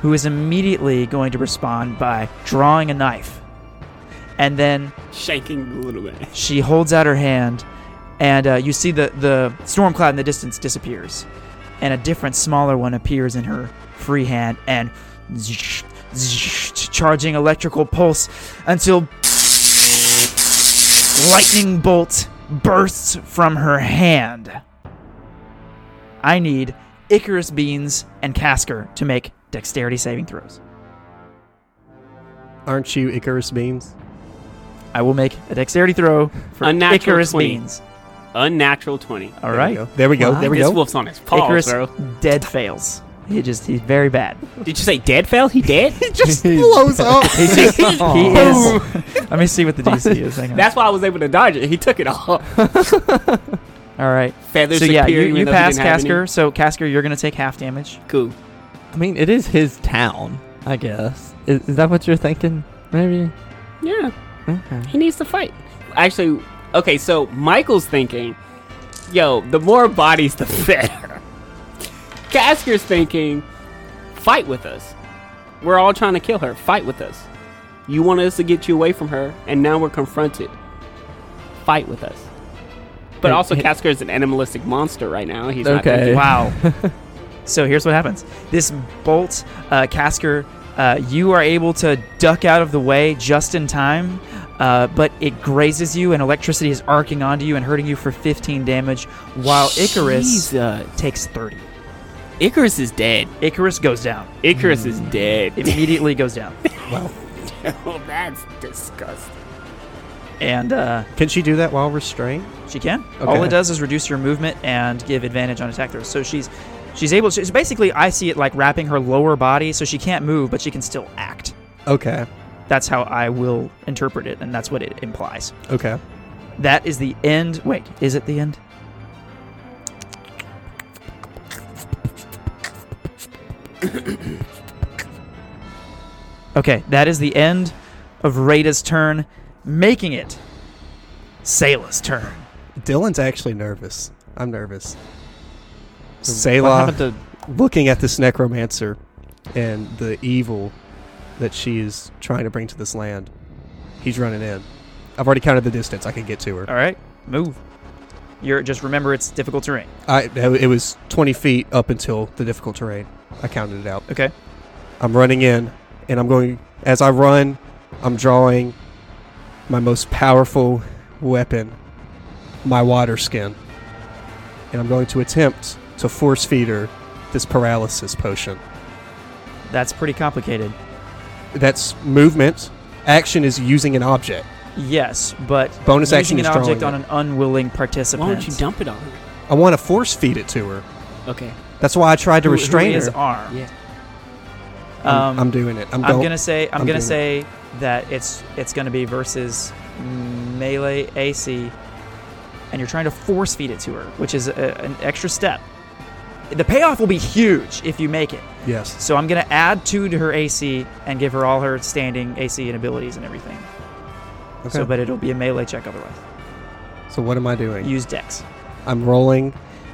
Speaker 1: who is immediately going to respond by drawing a knife. And then
Speaker 2: Shaking a little bit.
Speaker 1: she holds out her hand, and uh, you see the, the storm cloud in the distance disappears. And a different, smaller one appears in her free hand and zsh, zsh, charging electrical pulse until lightning bolt bursts from her hand. I need Icarus Beans and Casker to make dexterity saving throws.
Speaker 3: Aren't you Icarus Beans?
Speaker 1: I will make a dexterity throw for
Speaker 2: Unnatural
Speaker 1: Icarus
Speaker 2: 20.
Speaker 1: Beans.
Speaker 2: Unnatural twenty.
Speaker 1: All right.
Speaker 3: There we go. There we
Speaker 2: this
Speaker 3: go.
Speaker 2: wolf's on his paws,
Speaker 1: Icarus
Speaker 2: bro.
Speaker 1: dead fails. He just he's very bad.
Speaker 2: Did you say dead fell? He dead?
Speaker 3: just blows up.
Speaker 1: He just he is.
Speaker 4: Boom.
Speaker 1: Let me see what the DC is. Hang on.
Speaker 2: That's why I was able to dodge it. He took it all.
Speaker 1: All right.
Speaker 2: Feathers
Speaker 1: so yeah,
Speaker 2: appear.
Speaker 1: you,
Speaker 2: even
Speaker 1: you
Speaker 2: though he
Speaker 1: pass
Speaker 2: didn't have any.
Speaker 1: Casker. So Casker, you're gonna take half damage.
Speaker 2: Cool.
Speaker 4: I mean, it is his town, I guess. Is, is that what you're thinking? Maybe.
Speaker 2: Yeah.
Speaker 4: Okay.
Speaker 2: He needs to fight. Actually, okay, so Michael's thinking, yo, the more bodies, the better. Casker's thinking, Fight with us. We're all trying to kill her. Fight with us. You wanted us to get you away from her, and now we're confronted. Fight with us. But
Speaker 4: Hey,
Speaker 2: also,
Speaker 4: hey.
Speaker 2: Kasker is an animalistic monster right now. He's not
Speaker 4: Okay.
Speaker 2: thinking, wow.
Speaker 1: So here's what happens. This bolt, uh, Casker, uh, you are able to duck out of the way just in time, uh, but it grazes you, and electricity is arcing onto you and hurting you for 15 damage, while Icarus
Speaker 2: Jesus.
Speaker 1: takes 30.
Speaker 2: uh, Icarus is dead. Hmm.
Speaker 1: Icarus goes down.
Speaker 2: Icarus is dead.
Speaker 1: Immediately goes down.
Speaker 2: oh, that's disgusting.
Speaker 1: And uh,
Speaker 3: Can she do that while restrained?
Speaker 1: she can. All
Speaker 3: Okay.
Speaker 1: it does is reduce your movement and give advantage on attack throws. So she's she's able. She's basically I see it like wrapping her lower body, so she can't move, but she can still act.
Speaker 3: Okay.
Speaker 1: That's how I will interpret it, and that's what it implies.
Speaker 3: Okay.
Speaker 1: That is the end. Wait, is it the end? okay, that is the end of Rada's turn, making it Sayla's turn.
Speaker 3: Dylan's actually nervous. I'm nervous.
Speaker 4: What
Speaker 3: Selah
Speaker 4: happened to
Speaker 3: looking at this necromancer and the evil that she is trying to bring to this land. He's running in. I've already counted the distance I can get to her.
Speaker 1: All right, move. You're just remember it's difficult terrain.
Speaker 3: I it was 20 feet up until the difficult terrain. I counted it out.
Speaker 1: Okay.
Speaker 3: I'm running in, and I'm going. As I run, I'm drawing my most powerful weapon, my water skin, and I'm going to attempt to force feed her this paralysis potion.
Speaker 1: That's pretty complicated.
Speaker 3: That's movement. Action is using an object.
Speaker 1: Yes, but
Speaker 3: Bonus action
Speaker 1: using
Speaker 3: is
Speaker 1: an object on
Speaker 3: drawing.
Speaker 1: an unwilling participant.
Speaker 2: Why don't you dump it on her?
Speaker 3: it. I want to force feed it to her.
Speaker 2: Okay.
Speaker 3: That's why I tried to
Speaker 1: who,
Speaker 3: restrain
Speaker 1: who is
Speaker 3: her.
Speaker 1: armed?
Speaker 2: Yeah.
Speaker 3: I'm,
Speaker 1: Um,
Speaker 3: I'm doing it. I'm,
Speaker 1: I'm,
Speaker 3: going.
Speaker 1: gonna say I'm,
Speaker 3: I'm
Speaker 1: gonna
Speaker 3: doing
Speaker 1: say
Speaker 3: it.
Speaker 1: that it's it's gonna be versus melee AC, and you're trying to force feed it to her, which is a, an extra step. The payoff will be huge if you make it.
Speaker 3: Yes.
Speaker 1: So I'm gonna add two to her AC and give her all her standing AC and abilities and everything.
Speaker 3: Okay.
Speaker 1: So, but it'll be a melee check otherwise.
Speaker 3: So what am I doing?
Speaker 1: Use Dex.
Speaker 3: I'm rolling.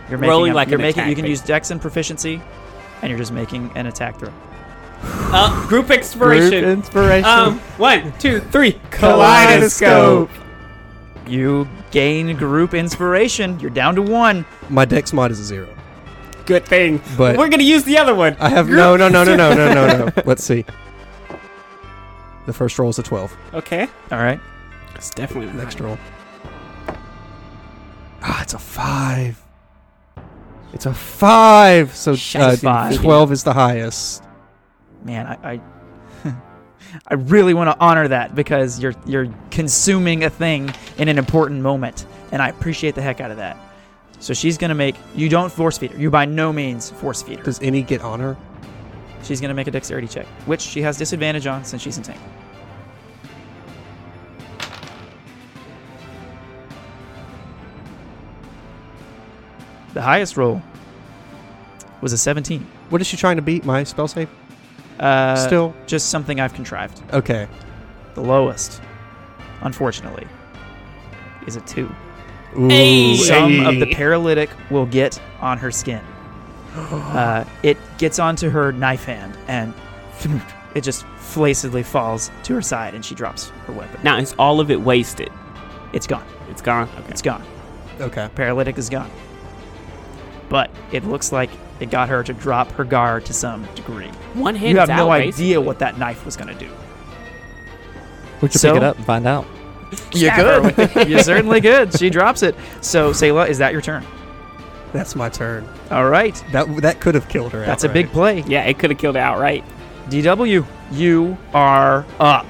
Speaker 1: You're making
Speaker 2: Rolling
Speaker 1: a-
Speaker 2: like
Speaker 1: you're
Speaker 2: an
Speaker 1: making.
Speaker 2: attack,
Speaker 1: you can use Dex and proficiency, and you're just making an attack throw.
Speaker 2: Uh, group
Speaker 4: group
Speaker 2: expiration.
Speaker 4: inspiration?
Speaker 2: Um, one, two, three.
Speaker 4: Kaleidoscope.
Speaker 1: You gain group inspiration. You're down to one.
Speaker 3: My dex mod is a zero.
Speaker 2: Good thing.
Speaker 3: But-
Speaker 2: we're gonna use the other one.
Speaker 3: I have no, no, no, no, no, no, no, no. Let's see. The first roll is a twelve.
Speaker 2: Okay.
Speaker 1: All right.
Speaker 2: It's definitely not.
Speaker 3: Next roll. Ah, it's a five. It's a five. So uh,
Speaker 2: Shite
Speaker 1: five.
Speaker 3: twelve is the highest.
Speaker 1: man, I, I, I really want to honor that because you're you're consuming a thing in an important moment, and I appreciate the heck out of that. So she's gonna make you don't force feed her. You by no means force feed her.
Speaker 3: Does any get honor?
Speaker 1: She's gonna make a dexterity check, which she has disadvantage on since she's entangled. The highest roll was a 17.
Speaker 3: What is she trying to beat? My spell save?
Speaker 1: Uh,
Speaker 3: Still
Speaker 1: just something I've contrived.
Speaker 3: okay.
Speaker 1: The lowest, unfortunately, is a two.
Speaker 3: Ooh,
Speaker 2: Hey!
Speaker 1: Some of the
Speaker 2: Hey.
Speaker 1: paralytic will get on her skin. Uh, it gets onto her knife hand, and it just flaccidly falls to her side, and she drops her weapon.
Speaker 2: Now is all of it wasted?
Speaker 1: It's gone.
Speaker 2: It's gone. Okay.
Speaker 1: It's gone.
Speaker 3: okay.
Speaker 1: Paralytic is gone. But it looks like it got her to drop her guard to some degree.
Speaker 2: One hand.
Speaker 1: You have no idea what that knife was going to do.
Speaker 4: we should
Speaker 1: so-
Speaker 4: pick it up and find out.
Speaker 1: You're good. You're certainly good. She drops it. So, Selah, is that your turn?
Speaker 3: That's my turn.
Speaker 1: All right.
Speaker 3: That that could have killed her.
Speaker 1: That's a big play.
Speaker 2: Yeah, it could have killed it outright.
Speaker 1: DW, you are up.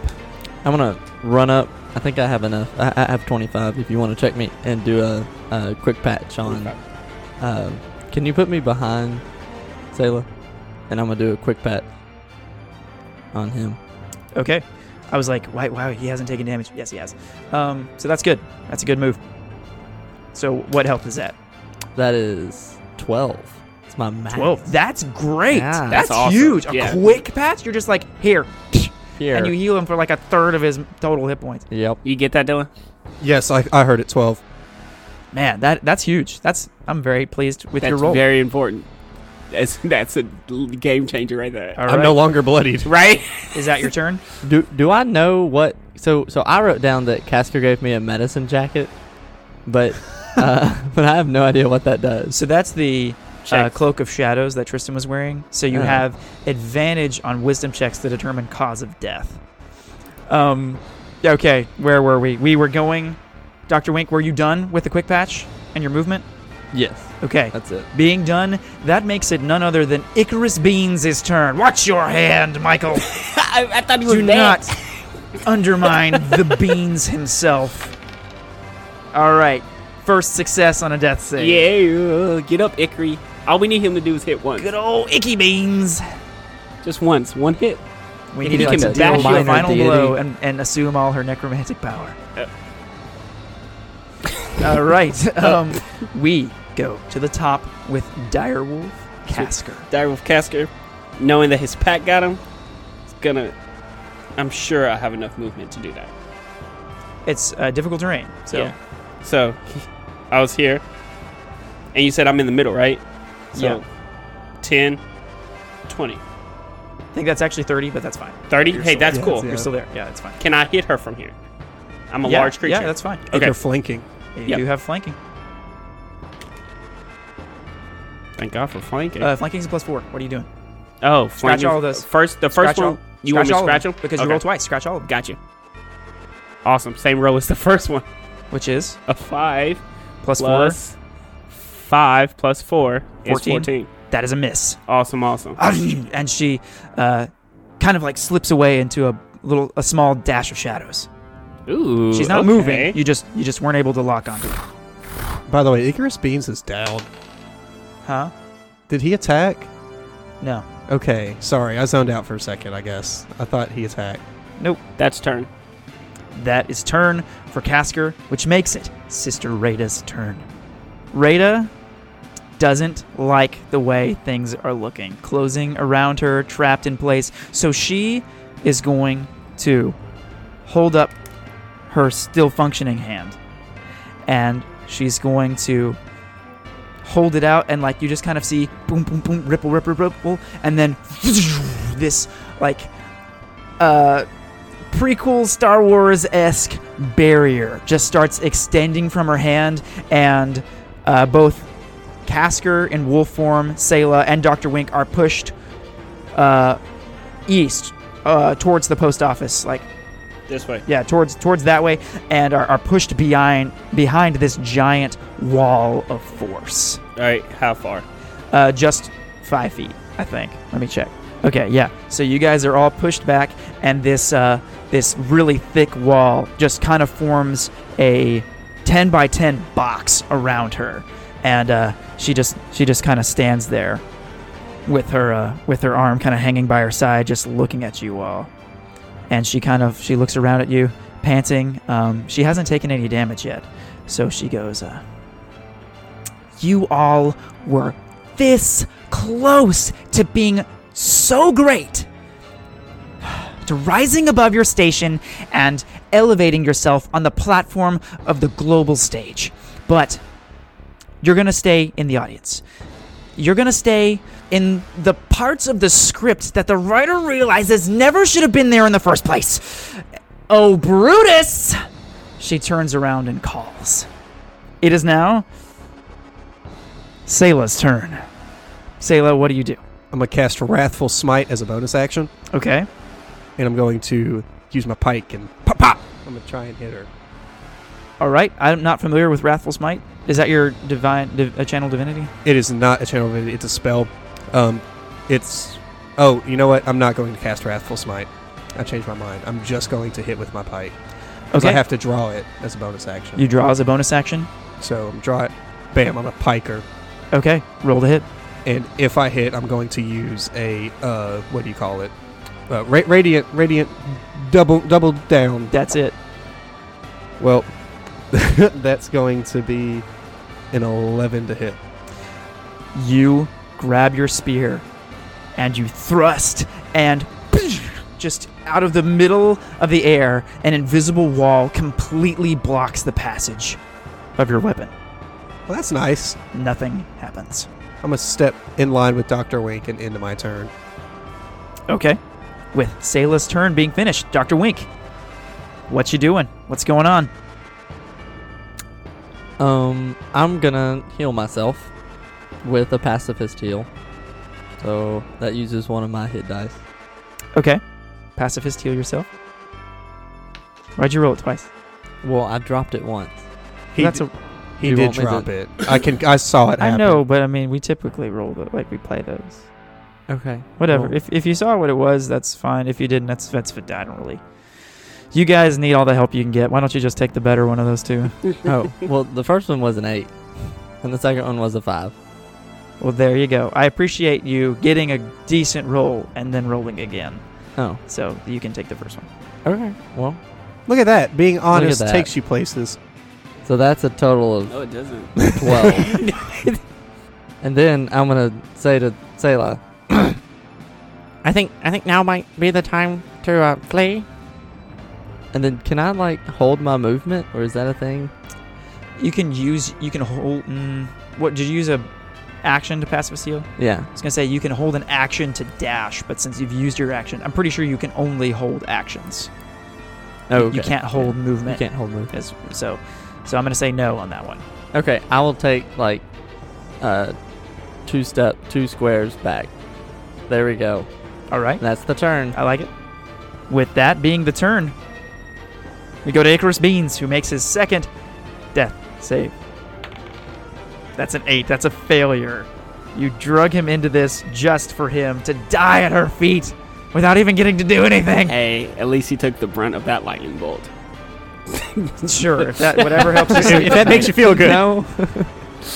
Speaker 4: I'm gonna run up. I think I have enough. I, I have 25. If you want to check me and do a, a quick patch on, uh, can you put me behind Sailor? And I'm gonna do a quick pat on him.
Speaker 1: Okay. I was like, why, wow, he hasn't taken damage. Yes, he has. Um, so that's good. That's a good move. So what health is that?
Speaker 4: That is 12. It's my max.
Speaker 1: That's great.
Speaker 4: Yeah.
Speaker 1: That's,
Speaker 2: That's awesome.
Speaker 1: huge. A
Speaker 2: Yeah.
Speaker 1: quick patch. You're just like here,
Speaker 4: Here.
Speaker 1: and you heal him for like a third of his total hit points.
Speaker 4: yep.
Speaker 2: You get that, Dylan?
Speaker 3: Yes, I, I heard it. Twelve.
Speaker 1: Man, that that's huge. That's I'm very pleased with
Speaker 2: That's
Speaker 1: your roll.
Speaker 2: very important. That's that's a game changer right there.
Speaker 1: All
Speaker 3: I'm no longer bloodied.
Speaker 2: Right?
Speaker 1: Is that your turn?
Speaker 4: Do do I know what? So so I wrote down that Casker gave me a medicine jacket, but uh, but I have no idea what that does.
Speaker 1: So that's the uh,
Speaker 2: Check.
Speaker 1: cloak of shadows that Tristan was wearing. So you
Speaker 4: Oh.
Speaker 1: have advantage on wisdom checks to determine cause of death. Um, okay, where were we? We were going. Doctor Wink, were you done with the quick patch and your movement?
Speaker 4: Yes,
Speaker 1: Okay.
Speaker 4: that's it.
Speaker 1: Being done, that makes it none other than Icarus Beans' turn. Watch your hand, Michael.
Speaker 2: I, I thought he was
Speaker 1: Do
Speaker 2: dead.
Speaker 1: not undermine the Beans himself. All right. First success on a death save.
Speaker 2: Yeah, uh, get up, Ikri. All we need him to do is hit once.
Speaker 1: Good old Icky Beans.
Speaker 2: Just once. One hit.
Speaker 1: We
Speaker 2: If
Speaker 1: need
Speaker 2: you
Speaker 1: him
Speaker 2: can
Speaker 1: to deal
Speaker 2: bash
Speaker 1: my
Speaker 2: your
Speaker 1: final
Speaker 4: deity.
Speaker 1: blow and, and assume all her necromantic power.
Speaker 2: Uh.
Speaker 1: all right.
Speaker 2: Uh,
Speaker 1: Um, we go to the top with Direwolf Casker.
Speaker 2: Dire with Casker, knowing that his pack got him, it's gonna. I'm sure I have enough movement to do that.
Speaker 1: It's uh, difficult terrain, so
Speaker 2: Yeah. So, I was here, and you said I'm in the middle, right? So, 10, 20,
Speaker 1: I think that's actually 30, but that's fine.
Speaker 2: 30.
Speaker 1: You're
Speaker 2: Hey,
Speaker 1: still-
Speaker 2: that's
Speaker 3: yeah,
Speaker 2: cool.
Speaker 3: yeah.
Speaker 1: You're still there. Yeah, it's fine.
Speaker 2: Can I hit her from here? I'm a
Speaker 1: yeah,
Speaker 2: large creature.
Speaker 1: Yeah, that's fine.
Speaker 3: And
Speaker 2: Okay.
Speaker 3: You're flanking.
Speaker 1: You
Speaker 2: Yep.
Speaker 1: do have flanking.
Speaker 2: Thank God for flanking.
Speaker 1: Uh, flanking's a plus four. What are you doing?
Speaker 2: oh,
Speaker 1: scratch
Speaker 2: flanking-
Speaker 1: all of those.
Speaker 2: First, the first
Speaker 1: Scratch all-
Speaker 2: one. you want me to
Speaker 1: all of
Speaker 2: scratch
Speaker 1: them,
Speaker 2: him?
Speaker 1: Because
Speaker 2: Okay.
Speaker 1: you rolled twice. Scratch all of them.
Speaker 2: Got you. Awesome. Same row as the first one.
Speaker 1: Which is
Speaker 2: A five
Speaker 1: plus, plus
Speaker 2: plus five plus four is
Speaker 1: 14.
Speaker 2: fourteen.
Speaker 1: four. That is a miss.
Speaker 2: Awesome, awesome.
Speaker 1: Ah. and she uh, kind of like slips away into a little a small dash of shadows
Speaker 2: Ooh,
Speaker 1: she's not
Speaker 2: okay.
Speaker 1: moving you just you just weren't able to lock onto her
Speaker 3: By the way, Icarus Beans is down.
Speaker 1: huh
Speaker 3: Did he attack?
Speaker 1: no
Speaker 3: Okay, sorry, I zoned out for a second. I guess I thought he attacked.
Speaker 2: That's turn.
Speaker 1: that is turn for Casker, which makes it Sister Rada's turn. Rada doesn't like the way things are looking, closing around her, trapped in place. So she is going to hold up her still functioning hand and she's going to hold it out and like you just kind of see boom boom boom ripple ripple ripple and then this like uh prequel Star Wars esque barrier just starts extending from her hand, and uh, both Casker in wolf form, Sayla, and Dr. Wink are pushed uh, east uh, towards the post office, like
Speaker 2: This way.
Speaker 1: yeah, towards towards that way, and are, are pushed behind behind this giant wall of force
Speaker 2: All right. How far?
Speaker 1: uh, just five feet, I think. Let me check. Okay, yeah. So you guys are all pushed back, and this uh, this really thick wall just kind of forms a ten by ten box around her, and uh, she just she just kind of stands there with her uh, with her arm kind of hanging by her side, just looking at you all. And she kind of she looks around at you, panting. Um, she hasn't taken any damage yet, so she goes. Uh, you all were this close to being so great, to rising above your station and elevating yourself on the platform of the global stage. But you're going to stay in the audience. You're going to stay in the parts of the script that the writer realizes never should have been there in the first place. Oh, Brutus! She turns around and calls. It is now Sayla's turn. Sayla, what do you do?
Speaker 3: I'm gonna cast Wrathful Smite as a bonus action,
Speaker 1: Okay.
Speaker 3: and I'm going to use my pike and pop pop. I'm gonna try and hit her.
Speaker 1: All right. I'm not familiar with Wrathful Smite. Is that your divine div- uh, channel divinity?
Speaker 3: It is not a channel divinity. It's a spell. Um, it's. Oh, you know what? I'm not going to cast Wrathful Smite. I changed my mind. I'm just going to hit with my pike. 'Cause
Speaker 1: Okay.
Speaker 3: Oh, I have to draw it as a bonus action.
Speaker 1: you draw as a bonus action.
Speaker 3: so I'm draw it. Bam! I'm a piker,
Speaker 1: Okay. Roll to hit.
Speaker 3: and if I hit, I'm going to use a uh, what do you call it? Uh, ra- radiant, radiant, double, double down.
Speaker 1: That's it.
Speaker 3: Well, that's going to be an 11 to hit.
Speaker 1: You grab your spear and you thrust and just out of the middle of the air, an invisible wall completely blocks the passage of your weapon.
Speaker 3: Well, that's nice.
Speaker 1: Nothing happens.
Speaker 3: I'm gonna step in line with Doctor Wink and into my turn.
Speaker 1: Okay. With Sayla's turn being finished, Dr. Wink, what you doing? What's going on?
Speaker 4: Um, I'm gonna heal myself with a pacifist heal. So that uses one of my hit dice.
Speaker 1: Okay. Pacifist heal yourself. Why'd you roll it twice?
Speaker 4: Well, I dropped it once.
Speaker 3: He
Speaker 1: That's
Speaker 3: d-
Speaker 1: a,
Speaker 3: he
Speaker 4: you
Speaker 3: did
Speaker 4: want me to-
Speaker 3: drop it. I can I saw it.
Speaker 1: I
Speaker 3: Happen.
Speaker 1: know, but I mean, we typically roll the like we play those.
Speaker 4: Okay.
Speaker 1: Whatever.
Speaker 4: Well-
Speaker 1: If, if you saw what it was, that's fine. If you didn't, that's that's fit. I don't really. You guys need all the help you can get. Why don't you just take the better one of those two?
Speaker 4: Oh, well, the first one was an eight, and the second one was a five.
Speaker 1: Well, there you go. I appreciate you getting a decent roll and then rolling again.
Speaker 4: Oh,
Speaker 1: So you can take the first one.
Speaker 4: okay. Well,
Speaker 3: Look at that. Being honest
Speaker 4: that.
Speaker 3: takes you places.
Speaker 4: so that's a total of
Speaker 2: No, it doesn't.
Speaker 4: 12. and then I'm going to say to Selah, I think I think now might be the time to uh, play. And then can I like hold my movement or is that a thing?
Speaker 1: You can use. You can hold. Mm, what did you use a action to passive seal?
Speaker 4: Yeah.
Speaker 1: I was gonna say you can hold an action to dash, but since you've used your action, I'm pretty sure you can only hold actions.
Speaker 4: Oh,
Speaker 1: You can't hold
Speaker 4: You
Speaker 1: movement.
Speaker 4: can't hold movement.
Speaker 1: As- so, so I'm gonna say no on that one.
Speaker 4: Okay, I will take like uh two step two squares back. There we go.
Speaker 1: All right.
Speaker 4: That's the turn.
Speaker 1: I like it. With that being the turn, we go to Icarus Beans, who makes his second death save. That's an eight. That's a failure. You drug him into this just for him to die at her feet without even getting to do anything.
Speaker 2: hey, at least he took the brunt of that lightning bolt.
Speaker 1: Sure, if that whatever helps you.
Speaker 3: if that makes you feel good.
Speaker 4: No.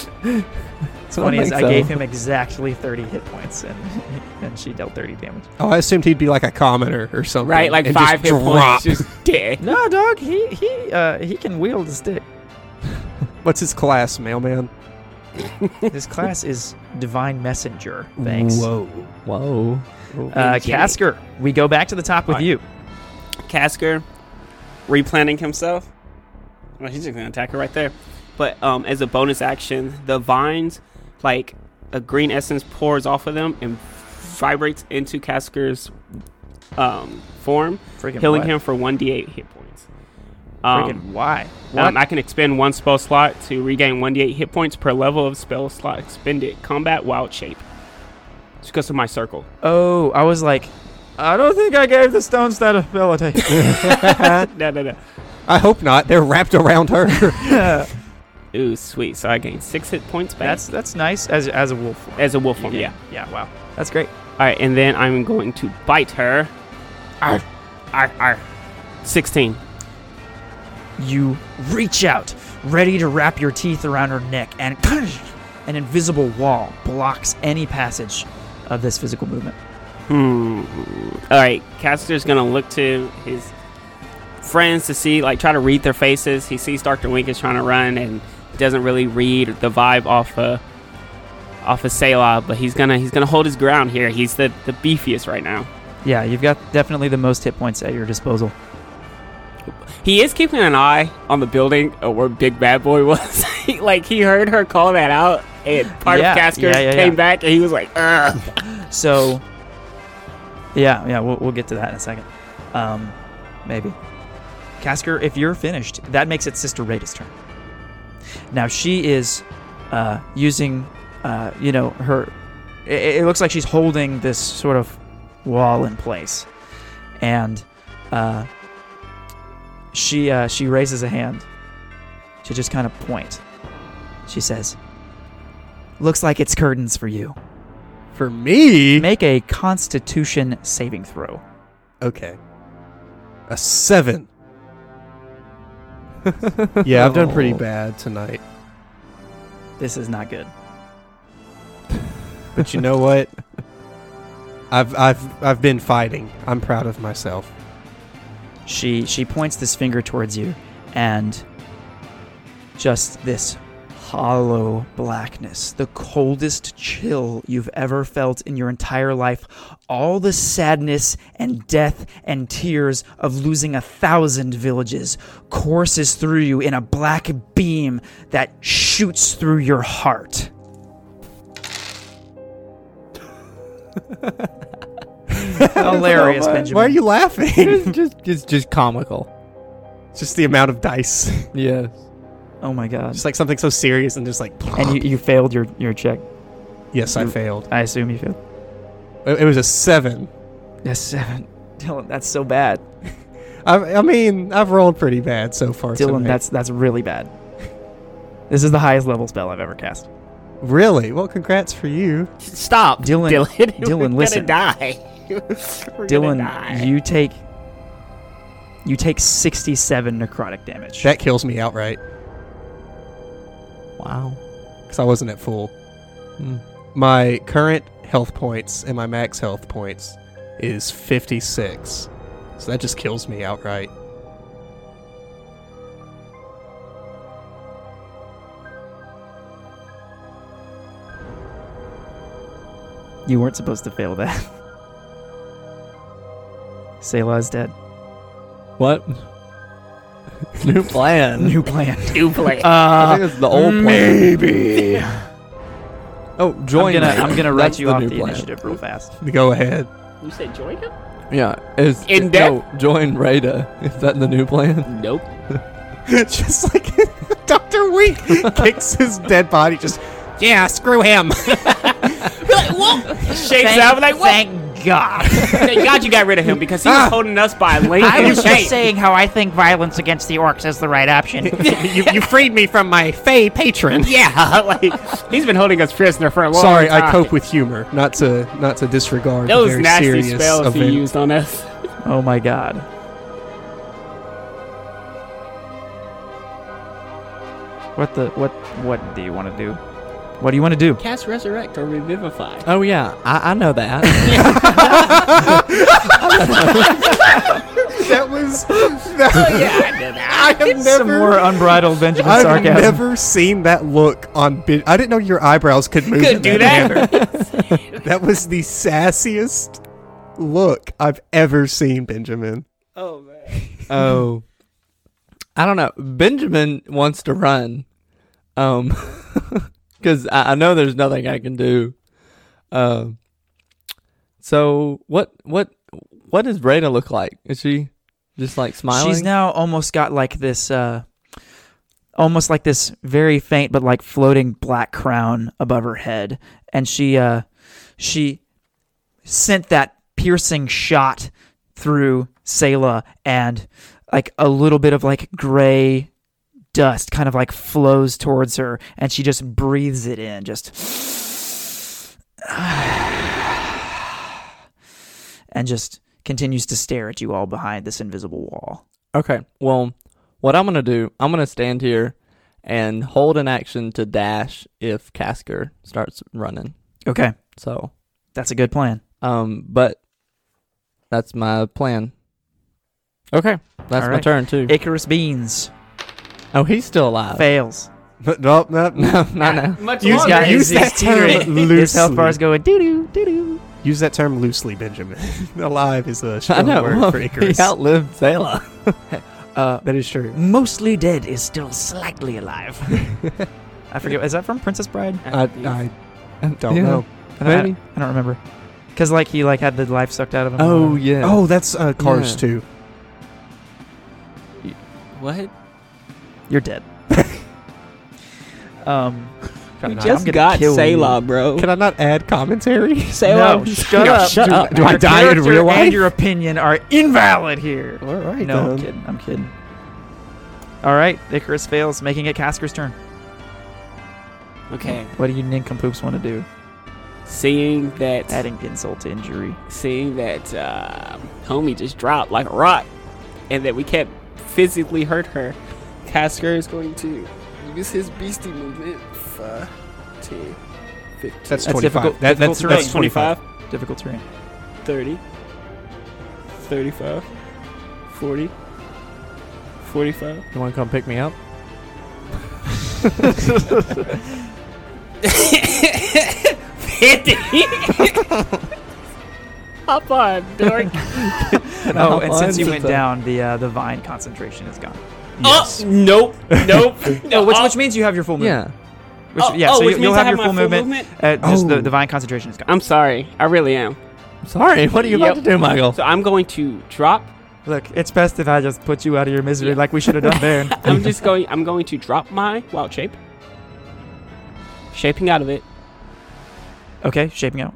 Speaker 1: What's funny is
Speaker 4: think
Speaker 1: I
Speaker 4: so.
Speaker 1: gave him exactly 30 hit points, and and she dealt 30 damage.
Speaker 3: Oh, I assumed he'd be like a commenter or something.
Speaker 2: Right, like
Speaker 3: and just
Speaker 2: five hit
Speaker 3: drop.
Speaker 2: points, just dead.
Speaker 1: No, dog. He he uh, he can wield a stick.
Speaker 3: What's his class, mailman?
Speaker 1: His class is divine messenger. Thanks.
Speaker 3: Whoa.
Speaker 4: Whoa.
Speaker 1: Uh,
Speaker 2: Thank you.
Speaker 1: Casker, we go back to the top with
Speaker 2: Alright.
Speaker 1: you.
Speaker 2: Casker replanting himself. Well, he's just gonna attack her right there. But um, as a bonus action, the vines, like a green essence, pours off of them and vibrates into Casker's um, form,
Speaker 1: Freaking
Speaker 2: healing
Speaker 1: what?
Speaker 2: him for one d8 hit points.
Speaker 1: Freaking
Speaker 2: Um,
Speaker 1: why? What?
Speaker 2: um, I can expend one spell slot to regain one d8 hit points per level of spell slot expended. Combat wild shape. It's because of my circle.
Speaker 1: oh, I was like, I don't think I gave the stones that ability.
Speaker 2: No, no, no.
Speaker 3: I hope not. They're wrapped around her.
Speaker 2: Ooh, sweet. So I gain six hit points back.
Speaker 1: that's that's nice as as a wolf. form.
Speaker 2: as a wolf form.
Speaker 1: You
Speaker 2: Yeah.
Speaker 1: did- Yeah. Wow. That's great.
Speaker 2: All right, and then I'm going to bite her. Arr, arr, arr. 16.
Speaker 1: You reach out, ready to wrap your teeth around her neck, and an invisible wall blocks any passage of this physical movement.
Speaker 2: Hmm. All right, Caster's going to look to his friends to see, like, try to read their faces. He sees Dr. Wink is trying to run and doesn't really read the vibe off of off of Selah, but he's gonna he's gonna hold his ground here. He's the the beefiest right now.
Speaker 1: Yeah, you've got definitely the most hit points at your disposal.
Speaker 2: He is keeping an eye on the building uh, where Big Bad Boy was. He- like he heard her call that out, and part
Speaker 1: Yeah,
Speaker 2: of Casker
Speaker 1: yeah, yeah,
Speaker 2: came
Speaker 1: yeah.
Speaker 2: back, and he was like, "Ugh."
Speaker 1: So, yeah, yeah, we'll, we'll get to that in a second. Um, maybe. Casker, if you're finished, that makes it Sister Rada's turn. Now she is uh, using, uh, you know, her. It, it looks like she's holding this sort of wall in place, and uh, she uh, she raises a hand. She just kind of points. She says, "Looks like it's curtains for you."
Speaker 3: For me.
Speaker 1: Make a constitution saving throw.
Speaker 3: Okay. A seven. Yeah, I've done pretty bad tonight.
Speaker 1: This is not good.
Speaker 3: But you know what? I've I've I've been fighting. I'm proud of myself.
Speaker 1: She she points this finger towards you and just this hollow blackness, the coldest chill you've ever felt in your entire life, all the sadness and death and tears of losing a thousand villages courses through you in a black beam that shoots through your heart. Hilarious,
Speaker 3: Why-
Speaker 1: Benjamin.
Speaker 3: Why are you laughing?
Speaker 4: it's just it's just comical.
Speaker 3: It's just the amount of dice.
Speaker 4: Yes.
Speaker 1: Oh my god.
Speaker 3: Just like something so serious and just like.
Speaker 1: And you, you failed your, your check.
Speaker 3: yes, I
Speaker 1: you-
Speaker 3: failed.
Speaker 1: I assume you failed.
Speaker 3: It, it was a seven.
Speaker 1: Yes, seven. Dylan, that's so bad.
Speaker 3: I, I mean, I've rolled pretty bad so far.
Speaker 1: Dylan,
Speaker 3: tonight.
Speaker 1: that's that's really bad. This is the highest level spell I've ever cast.
Speaker 3: really well. Congrats for you.
Speaker 2: Stop,
Speaker 1: Dylan-
Speaker 2: Dylan.
Speaker 1: Dylan, listen.
Speaker 2: Gonna die. We're
Speaker 1: Dylan,
Speaker 2: gonna die.
Speaker 1: you take you take 67 necrotic damage.
Speaker 3: That kills me outright
Speaker 4: Wow.
Speaker 3: because I wasn't at full.
Speaker 4: Hmm.
Speaker 3: My current health points and my max health points is fifty six, so that just kills me outright.
Speaker 1: you weren't supposed to fail that. Selah is dead.
Speaker 4: What? New plan. Ah.
Speaker 1: New plan.
Speaker 2: do play.
Speaker 4: I
Speaker 1: Uh,
Speaker 4: think it's the old plan.
Speaker 1: maybe.
Speaker 4: Oh,
Speaker 1: I'm
Speaker 4: join.
Speaker 1: gonna
Speaker 4: now.
Speaker 1: I'm gonna
Speaker 4: That's
Speaker 1: write you off
Speaker 4: new
Speaker 1: the
Speaker 4: plan.
Speaker 1: initiative real fast.
Speaker 3: Go ahead.
Speaker 2: you said join him?
Speaker 4: Yeah. Is
Speaker 2: In
Speaker 4: no, join Rada. Is that the new plan?
Speaker 2: Nope.
Speaker 3: just like Doctor Weak kicks his dead body. Just yeah, screw him.
Speaker 2: Shakes out like what?
Speaker 1: Thank God.
Speaker 2: Thank God you got rid of him because he was holding us by a link.
Speaker 1: saying how I think violence against the orcs is the right option.
Speaker 3: you, you freed me from my fey patron.
Speaker 2: yeah, like he's been holding us prisoner for a long
Speaker 3: Sorry,
Speaker 2: time.
Speaker 3: I cope with humor, not to not to disregard the
Speaker 2: those
Speaker 3: very
Speaker 2: nasty
Speaker 3: serious
Speaker 2: spells
Speaker 3: event.
Speaker 2: he used on us.
Speaker 1: oh my God. What the what what do you want to do? What do you want to do?
Speaker 2: Cast resurrect or revivify.
Speaker 4: Oh yeah, I, I know that.
Speaker 3: That was. That,
Speaker 2: yeah, I know that.
Speaker 3: I have
Speaker 1: Some more
Speaker 3: never.
Speaker 1: unbridled Benjamin
Speaker 3: I've
Speaker 1: sarcasm.
Speaker 3: never seen that look on. Ben- I didn't know your eyebrows could move.
Speaker 2: Could
Speaker 3: in
Speaker 2: do
Speaker 3: manner. that was the sassiest look I've ever seen, Benjamin.
Speaker 2: Oh man.
Speaker 4: oh. I don't know. Benjamin wants to run, um, because I, I know there's nothing I can do. Um. so what what what does Rada look like? Is she just like smiling?
Speaker 1: She's now almost got like this, uh, almost like this very faint but like floating black crown above her head, and she uh, she sent that piercing shot through Selah, and like a little bit of like gray dust kind of like flows towards her, and she just breathes it in, just. And just continues to stare at you all behind this invisible wall.
Speaker 4: Okay. Well, what I'm gonna do, I'm gonna stand here and hold an action to dash if Casker starts running.
Speaker 1: Okay,
Speaker 4: So,
Speaker 1: that's a good plan.
Speaker 4: um, but that's my plan. Okay, that's my
Speaker 1: Alright.
Speaker 4: turn too.
Speaker 1: Icarus Beans
Speaker 4: oh, he's still alive.
Speaker 1: fails.
Speaker 3: No, no, no.
Speaker 4: no, no, no.
Speaker 2: Much
Speaker 3: Use
Speaker 1: He's
Speaker 2: longer.
Speaker 1: got
Speaker 3: that,
Speaker 1: his-
Speaker 3: use
Speaker 1: his
Speaker 3: that
Speaker 1: teammate.
Speaker 3: term
Speaker 1: His health bar is
Speaker 3: loosely.
Speaker 1: going doo doo doo doo.
Speaker 3: Use that term loosely, Benjamin. Alive is a
Speaker 4: I
Speaker 3: strong
Speaker 4: know.
Speaker 3: word for
Speaker 4: he
Speaker 3: Icarus.
Speaker 4: outlived Zayla.
Speaker 1: Uh,
Speaker 3: That is true.
Speaker 1: mostly dead is still slightly alive. I forget. Is that from Princess Bride?
Speaker 3: I, I don't
Speaker 4: Yeah.
Speaker 3: know.
Speaker 1: I don't,
Speaker 4: Maybe.
Speaker 1: I, I don't remember. Cause like he like had the life sucked out of him.
Speaker 4: Oh yeah.
Speaker 3: Oh, that's uh, Cars
Speaker 4: Yeah.
Speaker 3: too.
Speaker 2: what?
Speaker 1: you're dead. um,
Speaker 2: We
Speaker 1: I'm
Speaker 2: just
Speaker 1: gonna
Speaker 2: got
Speaker 1: kill you.
Speaker 2: Selah, bro.
Speaker 3: Can I not add commentary?
Speaker 2: Selah,
Speaker 1: No, shut
Speaker 2: No,
Speaker 1: up.
Speaker 2: Shut
Speaker 1: Do-
Speaker 2: up.
Speaker 3: do I
Speaker 1: your
Speaker 3: die in
Speaker 1: character
Speaker 3: real
Speaker 1: And
Speaker 3: life?
Speaker 1: your opinion are invalid here.
Speaker 3: All right.
Speaker 1: no, I'm
Speaker 3: then.
Speaker 1: kidding. I'm kidding. All right, Icarus fails, making it Casker's turn.
Speaker 2: Okay.
Speaker 1: What do you nincompoops want to do?
Speaker 2: Seeing that
Speaker 1: Adding insult to injury.
Speaker 2: seeing that uh, homie just dropped like a rock and that we can't physically hurt her, Casker is going to use his beastie movement. Five, 10, 15,
Speaker 3: That's
Speaker 1: That's
Speaker 3: 25.
Speaker 1: difficult-
Speaker 3: That,
Speaker 1: difficult
Speaker 3: that's,
Speaker 1: to
Speaker 3: that's
Speaker 1: read.
Speaker 3: 25.
Speaker 1: Difficult terrain.
Speaker 2: 30, 35, 40, 45.
Speaker 4: You want to come pick me up?
Speaker 2: Hop on, dork.
Speaker 1: Oh, and
Speaker 4: Well,
Speaker 1: since you
Speaker 4: that's
Speaker 1: went
Speaker 4: a-
Speaker 1: down, the uh, the vine concentration is gone.
Speaker 2: Oh, nope, oh. nope.
Speaker 1: No,
Speaker 2: no,
Speaker 1: Oh, which, which means you have your full movement.
Speaker 4: Yeah.
Speaker 1: Which,
Speaker 2: oh,
Speaker 1: yeah,
Speaker 2: oh,
Speaker 1: so
Speaker 2: which
Speaker 1: you, will
Speaker 2: means I
Speaker 1: have your
Speaker 2: my
Speaker 1: full, movement. Uh, just
Speaker 3: Oh.
Speaker 1: the divine concentration is gone.
Speaker 2: I'm sorry. I really am.
Speaker 4: Sorry, what are you
Speaker 2: Yep.
Speaker 4: about to do, Michael?
Speaker 2: So I'm going to drop.
Speaker 1: Look, it's best if I just put you out of your misery,
Speaker 2: Yeah.
Speaker 1: like we should have done there.
Speaker 2: I'm just going. I'm going to drop my wild shape. Shaping out of it.
Speaker 1: okay, shaping out.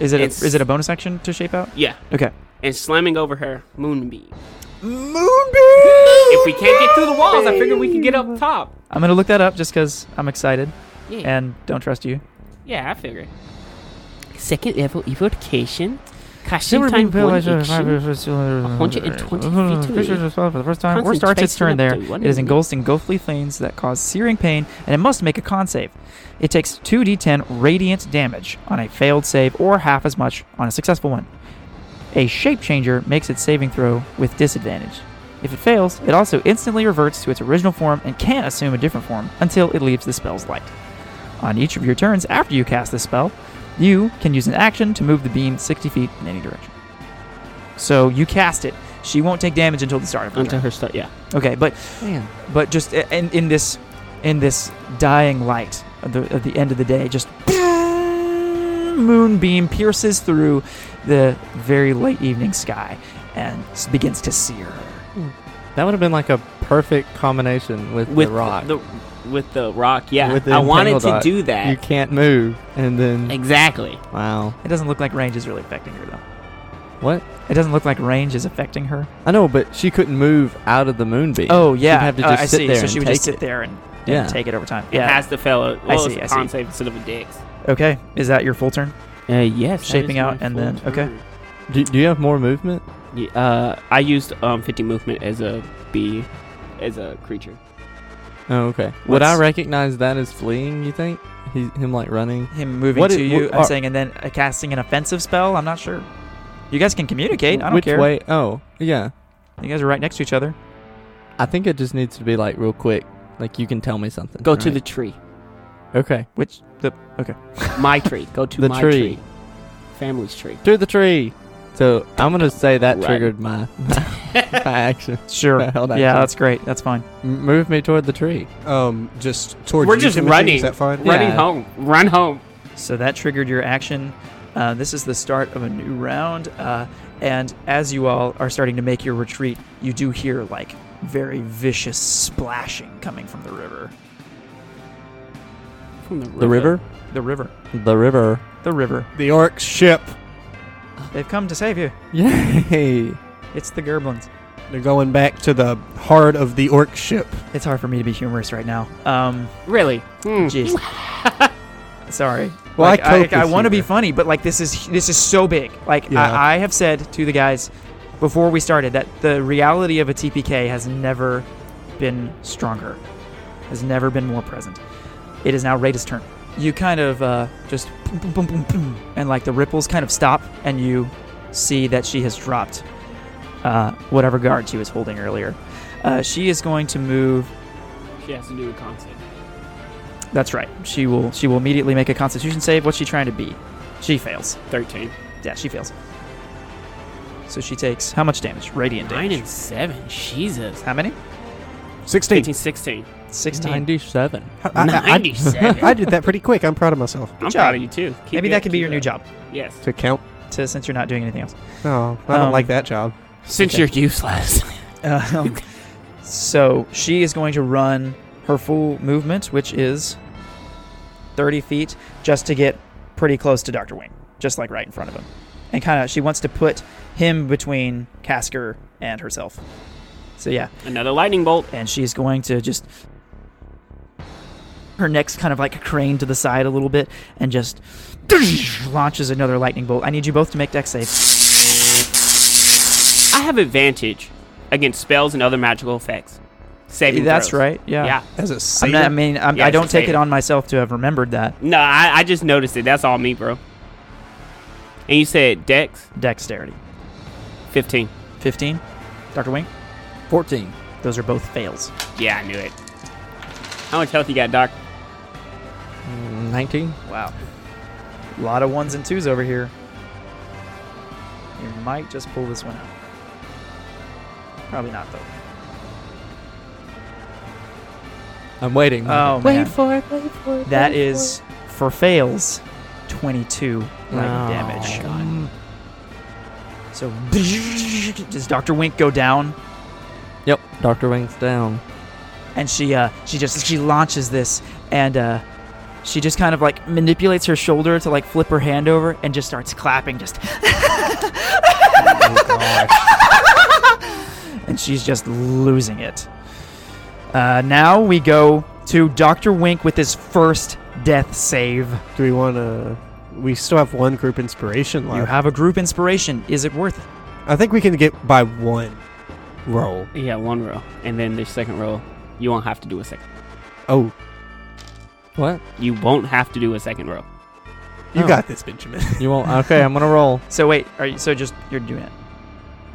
Speaker 1: Is it a,
Speaker 2: It's-
Speaker 1: is it a bonus action to shape out?
Speaker 2: Yeah.
Speaker 1: Okay.
Speaker 2: And slamming over her moonbeam.
Speaker 1: Moonbeam.
Speaker 2: If we can't get through the walls, I figure we can get up top.
Speaker 1: I'm gonna look that up just because I'm excited
Speaker 2: Yeah.
Speaker 1: and don't trust you.
Speaker 2: yeah, I figure. Second level evocation. Caution time one action. 120 feet to
Speaker 1: Creatures
Speaker 2: it.
Speaker 1: responsible for the first time or starts its turn
Speaker 2: Concentration
Speaker 1: there.
Speaker 2: up to one
Speaker 1: It is
Speaker 2: minute.
Speaker 1: engulfed in ghostly flames that cause searing pain, and it must make a con save. It takes 2d10 radiant damage on a failed save or half as much on a successful one. A shape changer makes its saving throw with disadvantage. If it fails, it also instantly reverts to its original form and can't assume a different form until it leaves the spell's light. On each of your turns after you cast this spell, you can use an action to move the beam 60 feet in any direction. So you cast it. She won't take damage until the start of her
Speaker 2: Until
Speaker 1: turn.
Speaker 2: her start. Yeah.
Speaker 1: Okay, but
Speaker 4: Man.
Speaker 1: but just i- in, in this in this dying light at the, at the end of the day, just moonbeam pierces through the very late evening sky and s- begins to sear her.
Speaker 4: That would have been like a perfect combination with,
Speaker 2: With
Speaker 4: the rock.
Speaker 2: The, with the rock. Yeah.
Speaker 4: With the
Speaker 2: I wanted
Speaker 4: entangle
Speaker 2: to
Speaker 4: dot.
Speaker 2: do
Speaker 4: you
Speaker 2: that.
Speaker 4: can't move, and then
Speaker 2: Exactly.
Speaker 4: wow.
Speaker 1: It doesn't look like range is really affecting her though.
Speaker 4: What?
Speaker 1: It doesn't look like range is affecting her.
Speaker 4: I know, but she couldn't move out of the moonbeam.
Speaker 1: Oh yeah,
Speaker 4: have to
Speaker 1: Uh,
Speaker 4: just
Speaker 1: I
Speaker 4: sit
Speaker 1: see.
Speaker 4: there
Speaker 1: so
Speaker 4: and
Speaker 1: she would just
Speaker 4: take
Speaker 1: sit
Speaker 4: it.
Speaker 1: there and, and
Speaker 4: Yeah.
Speaker 1: take it over time.
Speaker 2: It
Speaker 1: Yeah.
Speaker 2: has to fail. a- Well,
Speaker 1: see, I
Speaker 2: it's
Speaker 1: see.
Speaker 2: a con save instead of a dex.
Speaker 1: Okay. Is that your full turn?
Speaker 2: Uh, yes.
Speaker 1: Shaping out and then- okay.
Speaker 4: Do, do you have more movement?
Speaker 2: Yeah, uh, I used um 50 movement as a bee, as a creature.
Speaker 4: Oh, okay. would I
Speaker 1: What's-
Speaker 4: recognize that as fleeing? You think he, him like running?
Speaker 1: Him moving
Speaker 4: What
Speaker 1: to
Speaker 4: i-
Speaker 1: you.
Speaker 4: wh-
Speaker 1: I'm
Speaker 4: are-
Speaker 1: saying, and then uh, casting an offensive spell. I'm not sure. You guys can communicate. I don't
Speaker 4: Which
Speaker 1: care.
Speaker 4: way? Oh, yeah.
Speaker 1: You guys are right next to each other.
Speaker 4: I think it just needs to be like real quick. Like you can tell me something.
Speaker 2: Go to the
Speaker 4: right?
Speaker 2: tree,
Speaker 4: okay
Speaker 1: Which the
Speaker 2: my tree. Go to
Speaker 4: The
Speaker 2: my
Speaker 4: tree.
Speaker 2: tree. family's tree.
Speaker 4: through the tree. So I'm gonna say that
Speaker 2: Right.
Speaker 4: triggered my my action.
Speaker 1: sure.
Speaker 4: Hold on.
Speaker 1: yeah, that's great. That's fine.
Speaker 4: M- move me toward the tree.
Speaker 3: Um, just towards.
Speaker 2: We're
Speaker 3: you,
Speaker 2: just
Speaker 3: Timothy,
Speaker 2: running.
Speaker 3: Is that fine?
Speaker 4: Yeah.
Speaker 2: Running home. Run home.
Speaker 1: So that triggered your action. Uh, this is the start of a new round. Uh, and as you all are starting to make your retreat, you do hear like very vicious splashing coming from the river.
Speaker 2: From the river.
Speaker 1: The
Speaker 4: The river.
Speaker 1: river.
Speaker 4: The river.
Speaker 1: The river.
Speaker 3: The orc ship.
Speaker 1: They've come to save you.
Speaker 4: Yay!
Speaker 1: It's the Gerblins.
Speaker 3: They're going back to the heart of the orc ship.
Speaker 1: It's hard for me to be humorous right now. Um,
Speaker 2: Really? Hmm.
Speaker 1: jeez. Mm. Sorry.
Speaker 3: Well, I
Speaker 1: Like,
Speaker 3: cope
Speaker 1: I,
Speaker 3: with
Speaker 1: want to be
Speaker 3: humor.
Speaker 1: funny, but like this is this is so big. Like
Speaker 3: Yeah.
Speaker 1: I, I have said to the guys before we started that the reality of a TPK has never been stronger, has never been more present. It is now Rada's turn. You kind of uh, just boom, boom, boom, boom, boom, and like the ripples kind of stop, and you see that she has dropped uh, whatever guard she was holding earlier. Uh, she is going to move
Speaker 2: She has to do a con save.
Speaker 1: that's right. She will she will immediately make a constitution save. What's she trying to be? She fails.
Speaker 2: 13.
Speaker 1: Yeah, she fails. So she takes how much damage? Radiant
Speaker 2: Nine
Speaker 1: damage.
Speaker 2: and seven. Jesus.
Speaker 1: How many?
Speaker 3: Sixteen.
Speaker 2: 18, 16.
Speaker 1: 16.
Speaker 4: Ninety-seven.
Speaker 3: I, I- I-
Speaker 2: 97.
Speaker 3: I did that pretty quick. I'm proud of myself.
Speaker 2: I'm
Speaker 1: job.
Speaker 2: proud of you too. Keep
Speaker 1: Maybe
Speaker 2: it-
Speaker 1: that could be
Speaker 2: keep
Speaker 1: your
Speaker 2: it
Speaker 1: new
Speaker 2: up.
Speaker 1: job
Speaker 2: Yes.
Speaker 3: To count.
Speaker 1: to, since you're not doing anything else.
Speaker 3: No, I don't
Speaker 1: Um,
Speaker 3: like that job.
Speaker 2: Since
Speaker 1: Okay.
Speaker 2: you're useless.
Speaker 1: Um, so she is going to run her full movement, which is 30 feet, just to get pretty close to Dr. Wing, just like right in front of him. And kind of, she wants to put him between Casker and herself. So yeah,
Speaker 2: Another lightning bolt.
Speaker 1: and she's going to just her neck's kind of like craned to the side a little bit and just launches another lightning bolt. I need you both to make deck saves.
Speaker 2: I have advantage against spells and other magical effects. Saving
Speaker 1: That's
Speaker 2: throws.
Speaker 1: right. Yeah.
Speaker 2: Yeah.
Speaker 3: As a
Speaker 1: I'm
Speaker 3: satyr.
Speaker 1: not, I mean, I'm,
Speaker 2: Yeah,
Speaker 1: I
Speaker 2: it's a
Speaker 1: don't take it
Speaker 2: save.
Speaker 1: on myself to have remembered that
Speaker 2: No, I, I just noticed it. That's all me, bro. And you said Dex
Speaker 1: dexterity.
Speaker 2: 15.
Speaker 1: 15, Doctor Wing.
Speaker 4: Fourteen.
Speaker 1: Those are both fails.
Speaker 2: Yeah, I knew it. How much health you got, Doc?
Speaker 4: Mm, Nineteen.
Speaker 1: Wow. A lot of ones and twos over here. You might just pull this one out. Probably not though.
Speaker 4: I'm waiting.
Speaker 1: Oh man,
Speaker 2: for it. Wait for it.
Speaker 1: that is for fails, twenty-two lightning
Speaker 2: Oh,
Speaker 1: damage.
Speaker 2: my God.
Speaker 1: So does Doctor Wink go down?
Speaker 4: Yep. Doctor Wing's down.
Speaker 1: and she uh, she just she launches this and uh, she just kind of like manipulates her shoulder to like flip her hand over and just starts clapping just and she's just losing it uh, now we go to dr wink with his first death save
Speaker 3: Do we want to? We still have one group inspiration
Speaker 1: you
Speaker 3: left.
Speaker 1: have a group inspiration is it worth it
Speaker 3: I think we can get by one roll.
Speaker 2: Yeah, one roll, and then the second roll, you won't have to do a second.
Speaker 3: Oh,
Speaker 4: What?
Speaker 2: You won't have to do a second roll.
Speaker 3: you
Speaker 4: Oh.
Speaker 3: got this, Benjamin.
Speaker 4: You won't. Okay, I'm gonna roll.
Speaker 1: so wait are you so just you're doing it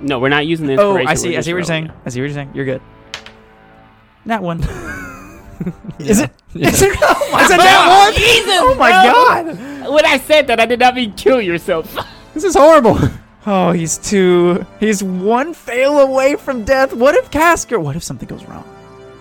Speaker 2: No, we're not using the
Speaker 1: oh
Speaker 2: inspiration.
Speaker 1: i see i
Speaker 2: we're
Speaker 1: see
Speaker 2: just
Speaker 1: what you're saying
Speaker 2: rolling.
Speaker 1: i see what you're saying you're good that one is it Is it? Oh my
Speaker 2: It's a
Speaker 1: God.
Speaker 2: nat one? Jesus,
Speaker 1: oh my
Speaker 2: no.
Speaker 1: god!
Speaker 2: When I said that, I did not mean kill yourself.
Speaker 3: this is horrible.
Speaker 1: Oh, he's two. He's one fail away from death. What if Casker? What if something goes wrong?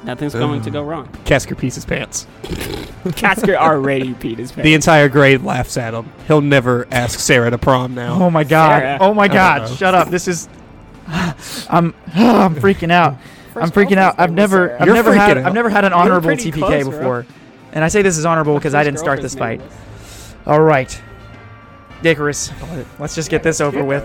Speaker 2: Nothing's going to go wrong.
Speaker 3: Casker pees his pants.
Speaker 2: Casker already peed his
Speaker 3: The
Speaker 2: pants.
Speaker 3: entire grade laughs at him. He'll never ask Sarah to prom now.
Speaker 1: Oh my god!
Speaker 2: Sarah.
Speaker 1: Oh my
Speaker 3: don't
Speaker 1: god!
Speaker 3: know.
Speaker 1: Shut up! This is. I'm I'm freaking out. I'm freaking out. I've never I've
Speaker 3: You're
Speaker 1: never had
Speaker 3: freaking out.
Speaker 1: I've never had an
Speaker 2: You're
Speaker 1: honorable
Speaker 2: pretty
Speaker 1: TPK
Speaker 2: close, bro.
Speaker 1: before, and I say this is honorable because I didn't start this fight.
Speaker 2: uh,
Speaker 1: All right, Icarus, let's just get this over with.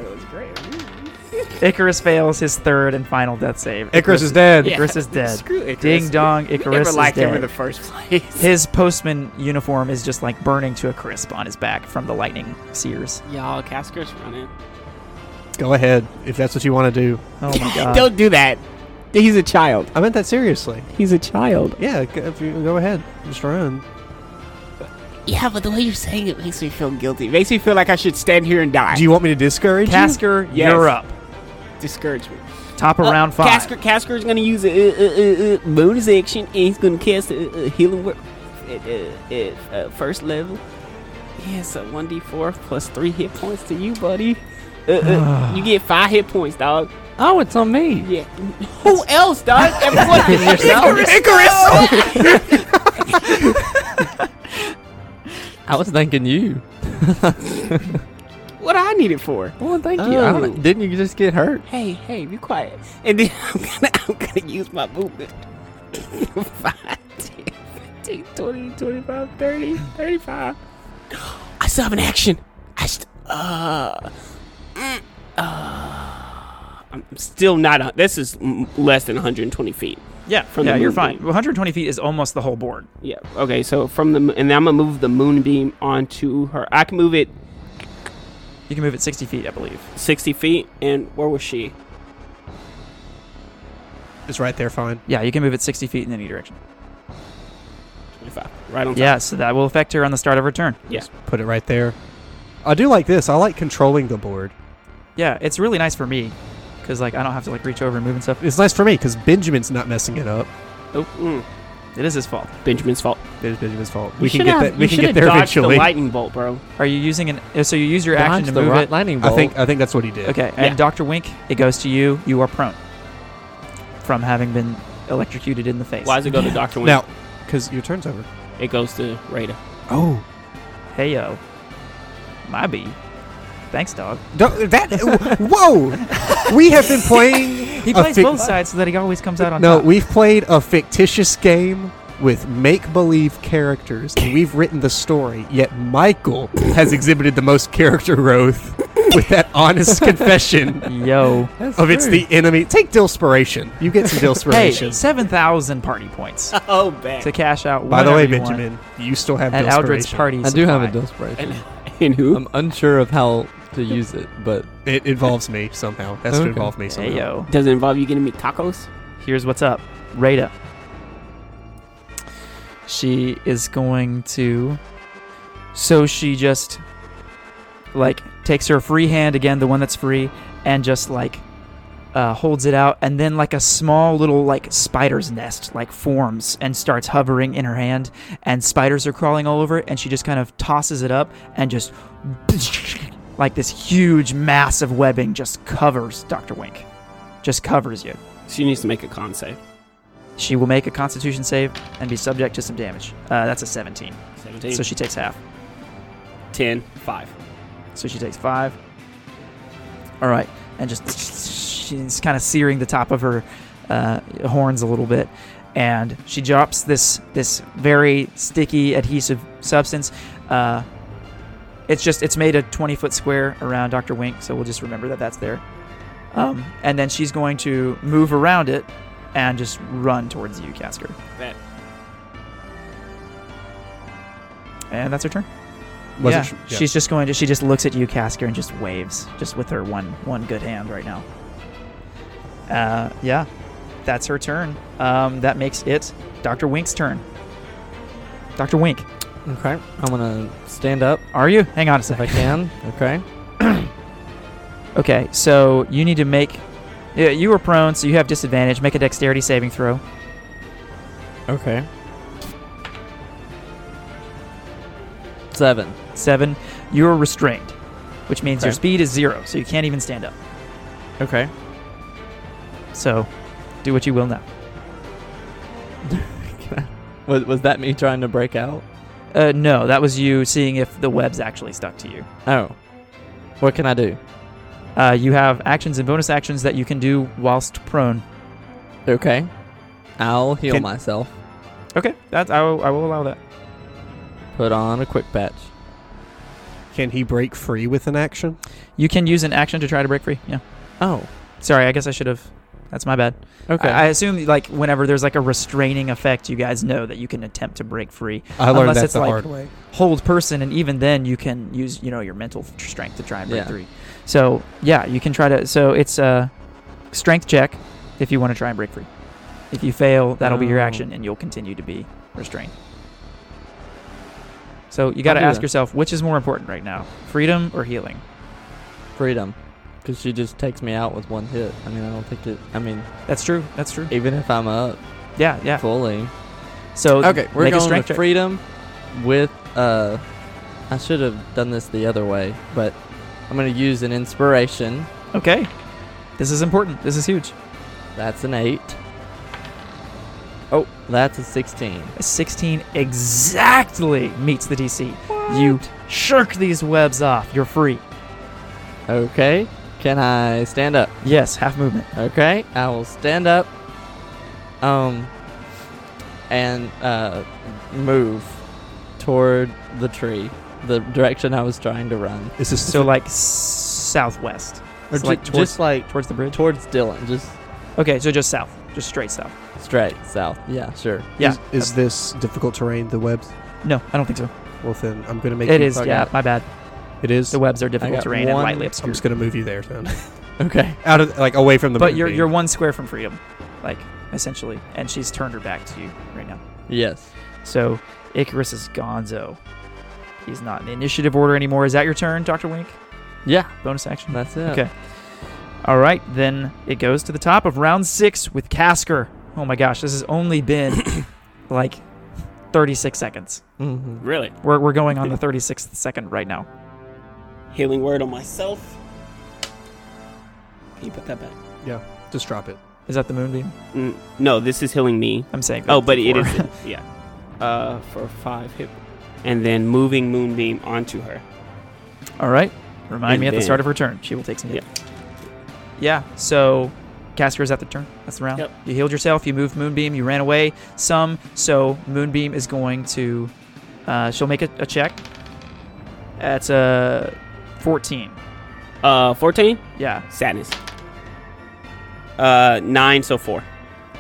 Speaker 1: Icarus fails his third and final death save.
Speaker 3: Icarus is dead.
Speaker 1: Yeah. Icarus is dead.
Speaker 2: Screw Icarus.
Speaker 1: Ding dong,
Speaker 2: We
Speaker 1: Icarus
Speaker 2: never
Speaker 1: is
Speaker 2: liked him
Speaker 1: dead.
Speaker 2: in the first place.
Speaker 1: His postman uniform is just like burning to a crisp on his back from the lightning sears.
Speaker 2: Y'all, Casker's running.
Speaker 3: Go ahead if that's what you want to do.
Speaker 1: Oh my god.
Speaker 2: Don't do that. He's a child.
Speaker 3: I meant that seriously.
Speaker 2: He's a child.
Speaker 3: Yeah, g- if you, go ahead. Just run.
Speaker 2: Yeah, but the way you're saying it makes me feel guilty. It makes me feel like I should stand here and die.
Speaker 3: Do you want me to discourage you?
Speaker 1: Casker,
Speaker 2: Yes.
Speaker 1: you're up.
Speaker 2: discourage me?
Speaker 1: Top of round five.
Speaker 2: Casker, Casker's gonna use a uh, uh, uh, uh, bonus action, and he's gonna cast a, uh healing word at, uh, at uh, first level. Yeah, so one d four plus three hit points to you, buddy. Uh, uh, you get five hit points, dog.
Speaker 4: Oh, it's on me.
Speaker 2: Yeah. Who else, dog? Everyone.
Speaker 1: Icarus!
Speaker 4: I was thanking you.
Speaker 2: What I need it for?
Speaker 4: Well, thank you. I
Speaker 2: Oh.
Speaker 4: don't, didn't you just get hurt?
Speaker 2: Hey, hey, be quiet. And then I'm gonna, I'm gonna use my movement. 5, 10, 15, 20, 25, 30, 35. I still have an action. I st- uh, mm, uh, I'm still not. On, this is m- less than 120 feet.
Speaker 1: yeah,
Speaker 2: From
Speaker 1: yeah
Speaker 2: the
Speaker 1: you're
Speaker 2: moon.
Speaker 1: fine. 120 feet is almost the whole board.
Speaker 2: Yeah. Okay. So from the m- and then I'm gonna move the moonbeam onto her. I can move it
Speaker 1: You can move it 60 feet, I believe.
Speaker 2: 60 feet. And where was she?
Speaker 3: It's right there, fine.
Speaker 1: Yeah, you can move it 60 feet in any direction.
Speaker 2: 25. Right on. Top.
Speaker 1: Yeah, so that will affect her on the start of her turn.
Speaker 2: Yeah.
Speaker 3: Put it right there. I do like this. I like controlling the board.
Speaker 1: Yeah, it's really nice for me because like I don't have to like reach over and move and stuff.
Speaker 3: It's nice for me because Benjamin's not messing it up.
Speaker 2: Oh, mm,
Speaker 1: It is his fault.
Speaker 2: Benjamin's fault.
Speaker 3: It is Benjamin's fault.
Speaker 2: You
Speaker 3: We can
Speaker 2: should
Speaker 3: get
Speaker 2: have-
Speaker 3: that. We
Speaker 2: you
Speaker 3: can
Speaker 2: should
Speaker 3: get
Speaker 2: have
Speaker 3: there
Speaker 2: dodged
Speaker 3: eventually.
Speaker 2: The lightning bolt, bro.
Speaker 1: Are you using an? uh, So you use your action
Speaker 4: Dodge
Speaker 1: to
Speaker 4: the
Speaker 1: move
Speaker 4: ro-
Speaker 1: it.
Speaker 4: lightning
Speaker 3: I
Speaker 4: bolt.
Speaker 3: think. uh, I think that's what he did.
Speaker 1: Okay,
Speaker 2: Yeah.
Speaker 1: and Doctor Wink, it goes to you. You are prone from having been electrocuted in the face.
Speaker 2: Why does it go to Doctor Wing?
Speaker 3: Now, because your turn's over.
Speaker 2: it goes to Rada.
Speaker 3: Oh,
Speaker 1: Hey yo, my bee. Thanks, dog.
Speaker 3: don't, that. whoa! We have been playing.
Speaker 1: He
Speaker 3: a
Speaker 1: plays
Speaker 3: fic-
Speaker 1: both sides so that he always comes out on
Speaker 3: No,
Speaker 1: top.
Speaker 3: we've played a fictitious game with make-believe characters, and we've written the story. Yet Michael has exhibited the most character growth with that honest confession
Speaker 1: yo.
Speaker 4: That's
Speaker 3: of oh, it's
Speaker 4: true.
Speaker 3: the enemy. Take Dilspiration. You get some
Speaker 1: Hey,
Speaker 3: Dilspiration.
Speaker 1: seven thousand party points
Speaker 2: Oh, bad.
Speaker 1: to cash out.
Speaker 3: By the way,
Speaker 1: whenever you want
Speaker 3: Benjamin, you still have
Speaker 1: at
Speaker 3: Dilspiration.
Speaker 1: Aldred's party.
Speaker 4: I do have a
Speaker 1: supply.
Speaker 4: desperation.
Speaker 2: And who?
Speaker 4: I'm unsure of how to use it, but
Speaker 3: It involves me somehow. Has to
Speaker 4: Okay.
Speaker 3: involve me somehow.
Speaker 1: Hey yo,
Speaker 2: Does it involve you getting me tacos?
Speaker 1: here's what's up. Rada. She is going to. So she just, like, takes her free hand again, the one that's free, and just, like, uh, holds it out, and then, like, a small little, like, spider's nest, like, forms and starts hovering in her hand, and spiders are crawling all over it, and she just kind of tosses it up and just. Like, this huge mass of webbing just covers Dr. Wink. Just covers you.
Speaker 2: She needs to make a con save.
Speaker 1: She will make a Constitution save and be subject to some damage. Uh, that's a 17.
Speaker 2: 17,
Speaker 1: So she takes half.
Speaker 2: 10, 5.
Speaker 1: So she takes five. All right, and just she's kind of searing the top of her uh, horns a little bit, and she drops this this very sticky adhesive substance. Uh, it's just it's made a 20 foot square around Doctor Wink, so we'll just remember that that's there. Um, and then she's going to move around it and just run towards you, Casker.
Speaker 2: Bet.
Speaker 1: And that's her turn.
Speaker 3: Was
Speaker 1: yeah.
Speaker 3: it tr- yeah.
Speaker 1: She's just going to she just looks at you, Casker, and just waves, just with her one one good hand right now. Uh yeah. That's her turn. Um that makes it Dr. Wink's turn. Dr. Wink,
Speaker 4: Okay. I'm gonna stand up
Speaker 1: are you? Hang on a
Speaker 4: if I
Speaker 1: second.
Speaker 4: can. Okay.
Speaker 1: Okay, so you need to make yeah, you were prone, so you have disadvantage. Make a dexterity saving throw.
Speaker 4: Okay. Seven.
Speaker 1: Seven. You're restrained, which means your
Speaker 4: Okay.
Speaker 1: speed is zero, so you can't even stand up.
Speaker 4: Okay.
Speaker 1: So do what you will now.
Speaker 4: Was, was that me trying to break out?
Speaker 1: Uh, no, that was you seeing if the web's actually stuck to you.
Speaker 4: Oh. What can I do?
Speaker 1: Uh, you have actions and bonus actions that you can do whilst prone.
Speaker 4: Okay. I'll heal
Speaker 1: Can-
Speaker 4: myself.
Speaker 1: Okay, that's I will, I will allow that.
Speaker 4: Put on a quick patch.
Speaker 3: Can he break free with an action?
Speaker 1: You can use an action to try to break free. Yeah.
Speaker 4: Oh.
Speaker 1: Sorry, I guess I should have. That's my bad.
Speaker 4: Okay.
Speaker 1: I, I assume like whenever there's like a restraining effect, you guys know that you can attempt to break free.
Speaker 3: I learned
Speaker 1: Unless
Speaker 3: that
Speaker 1: it's
Speaker 3: the
Speaker 1: like-
Speaker 3: hard way.
Speaker 1: Hold person, and even then you can use you know your mental f- strength to try and break
Speaker 4: Yeah.
Speaker 1: free. So yeah, you can try to. So it's a strength check if you want to try and break free. If you fail, that'll be your
Speaker 4: Oh.
Speaker 1: action, and you'll continue to be restrained. So you got to
Speaker 4: I'll do
Speaker 1: ask
Speaker 4: that.
Speaker 1: yourself which is more important right now, freedom or healing.
Speaker 4: Freedom. Because she just takes me out with one hit. I mean, I don't think it. I mean,
Speaker 1: That's true. That's true.
Speaker 4: even if I'm up
Speaker 1: Yeah, yeah.
Speaker 4: fully.
Speaker 1: So
Speaker 4: Okay, we're
Speaker 1: make a
Speaker 4: going
Speaker 1: strength
Speaker 4: with
Speaker 1: check.
Speaker 4: freedom with uh I should have done this the other way, but I'm going to use an inspiration.
Speaker 1: Okay. This is important. This is huge.
Speaker 4: That's an 8. Oh, that's a 16.
Speaker 1: A 16 exactly meets the DC. You shirk these webs off. You're free.
Speaker 4: Okay. Can I stand up?
Speaker 1: Yes, half movement.
Speaker 4: Okay, I will stand up. Um and uh move toward the tree, the direction I was trying to run.
Speaker 3: Is this
Speaker 1: So like s- southwest.
Speaker 4: Or
Speaker 1: It's like
Speaker 4: ju-
Speaker 1: towards,
Speaker 4: just like
Speaker 1: towards the bridge.
Speaker 4: towards Dylan, just
Speaker 1: Okay, so just south. Just straight south.
Speaker 4: straight south. Yeah, sure.
Speaker 1: Yeah. Uh,
Speaker 3: Is, is this difficult terrain? The webs.
Speaker 1: No, I don't think so.
Speaker 3: Well, then I'm gonna make.
Speaker 1: It
Speaker 3: you-
Speaker 1: is, yeah, my bad.
Speaker 3: It is.
Speaker 1: The webs are difficult
Speaker 4: got
Speaker 1: terrain and
Speaker 4: one-
Speaker 1: lightly
Speaker 3: I'm
Speaker 1: obscured.
Speaker 3: just gonna move you there then.
Speaker 4: Okay.
Speaker 3: Out of like away from the.
Speaker 1: But
Speaker 3: moon
Speaker 1: you're
Speaker 3: beam.
Speaker 1: you're one square from freedom, like essentially, and she's turned her back to you right now.
Speaker 4: Yes.
Speaker 1: So Icarus is gonzo. He's not in the initiative order anymore. Is that your turn, Dr. Wink?
Speaker 4: Yeah,
Speaker 1: Bonus action?
Speaker 4: that's it.
Speaker 1: Okay. All right, then it goes to the top of round six with Casker. Oh my gosh, this has only been like 36 seconds.
Speaker 4: Mm-hmm.
Speaker 2: Really?
Speaker 1: We're, we're going on the 36th second right now.
Speaker 2: Healing word on myself. Can you put that back?
Speaker 3: Just drop it.
Speaker 1: Is that the moonbeam?
Speaker 2: Mm, no, this is healing me.
Speaker 1: I'm saying.
Speaker 2: Oh, but it
Speaker 1: before.
Speaker 2: is. yeah. Uh, for five hit. And then moving Moonbeam onto her.
Speaker 1: All right. Remind me at the
Speaker 2: Indeed.
Speaker 1: start of her turn. She will take some hit. Yeah. So, Casker is at the turn. That's the round.
Speaker 2: Yep.
Speaker 1: You healed yourself. You moved Moonbeam. You ran away some. So Moonbeam is going to. Uh, she'll make a, a check. That's a 14.
Speaker 2: Uh, 14?
Speaker 1: Yeah.
Speaker 2: Sadness. Uh, 9, so 4.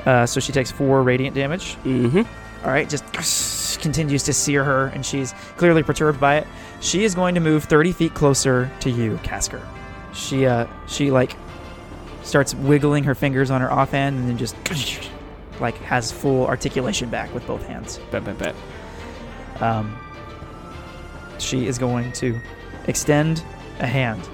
Speaker 1: Uh, so she takes four radiant damage.
Speaker 2: Mm-hmm.
Speaker 1: All right. Just continues to sear her, and she's clearly perturbed by it. She is going to move 30 feet closer to you, Casker. She uh, she like starts wiggling her fingers on her offhand, and then just like has full articulation back with both hands.
Speaker 2: Bet, bet, bet.
Speaker 1: Um, she is going to extend a hand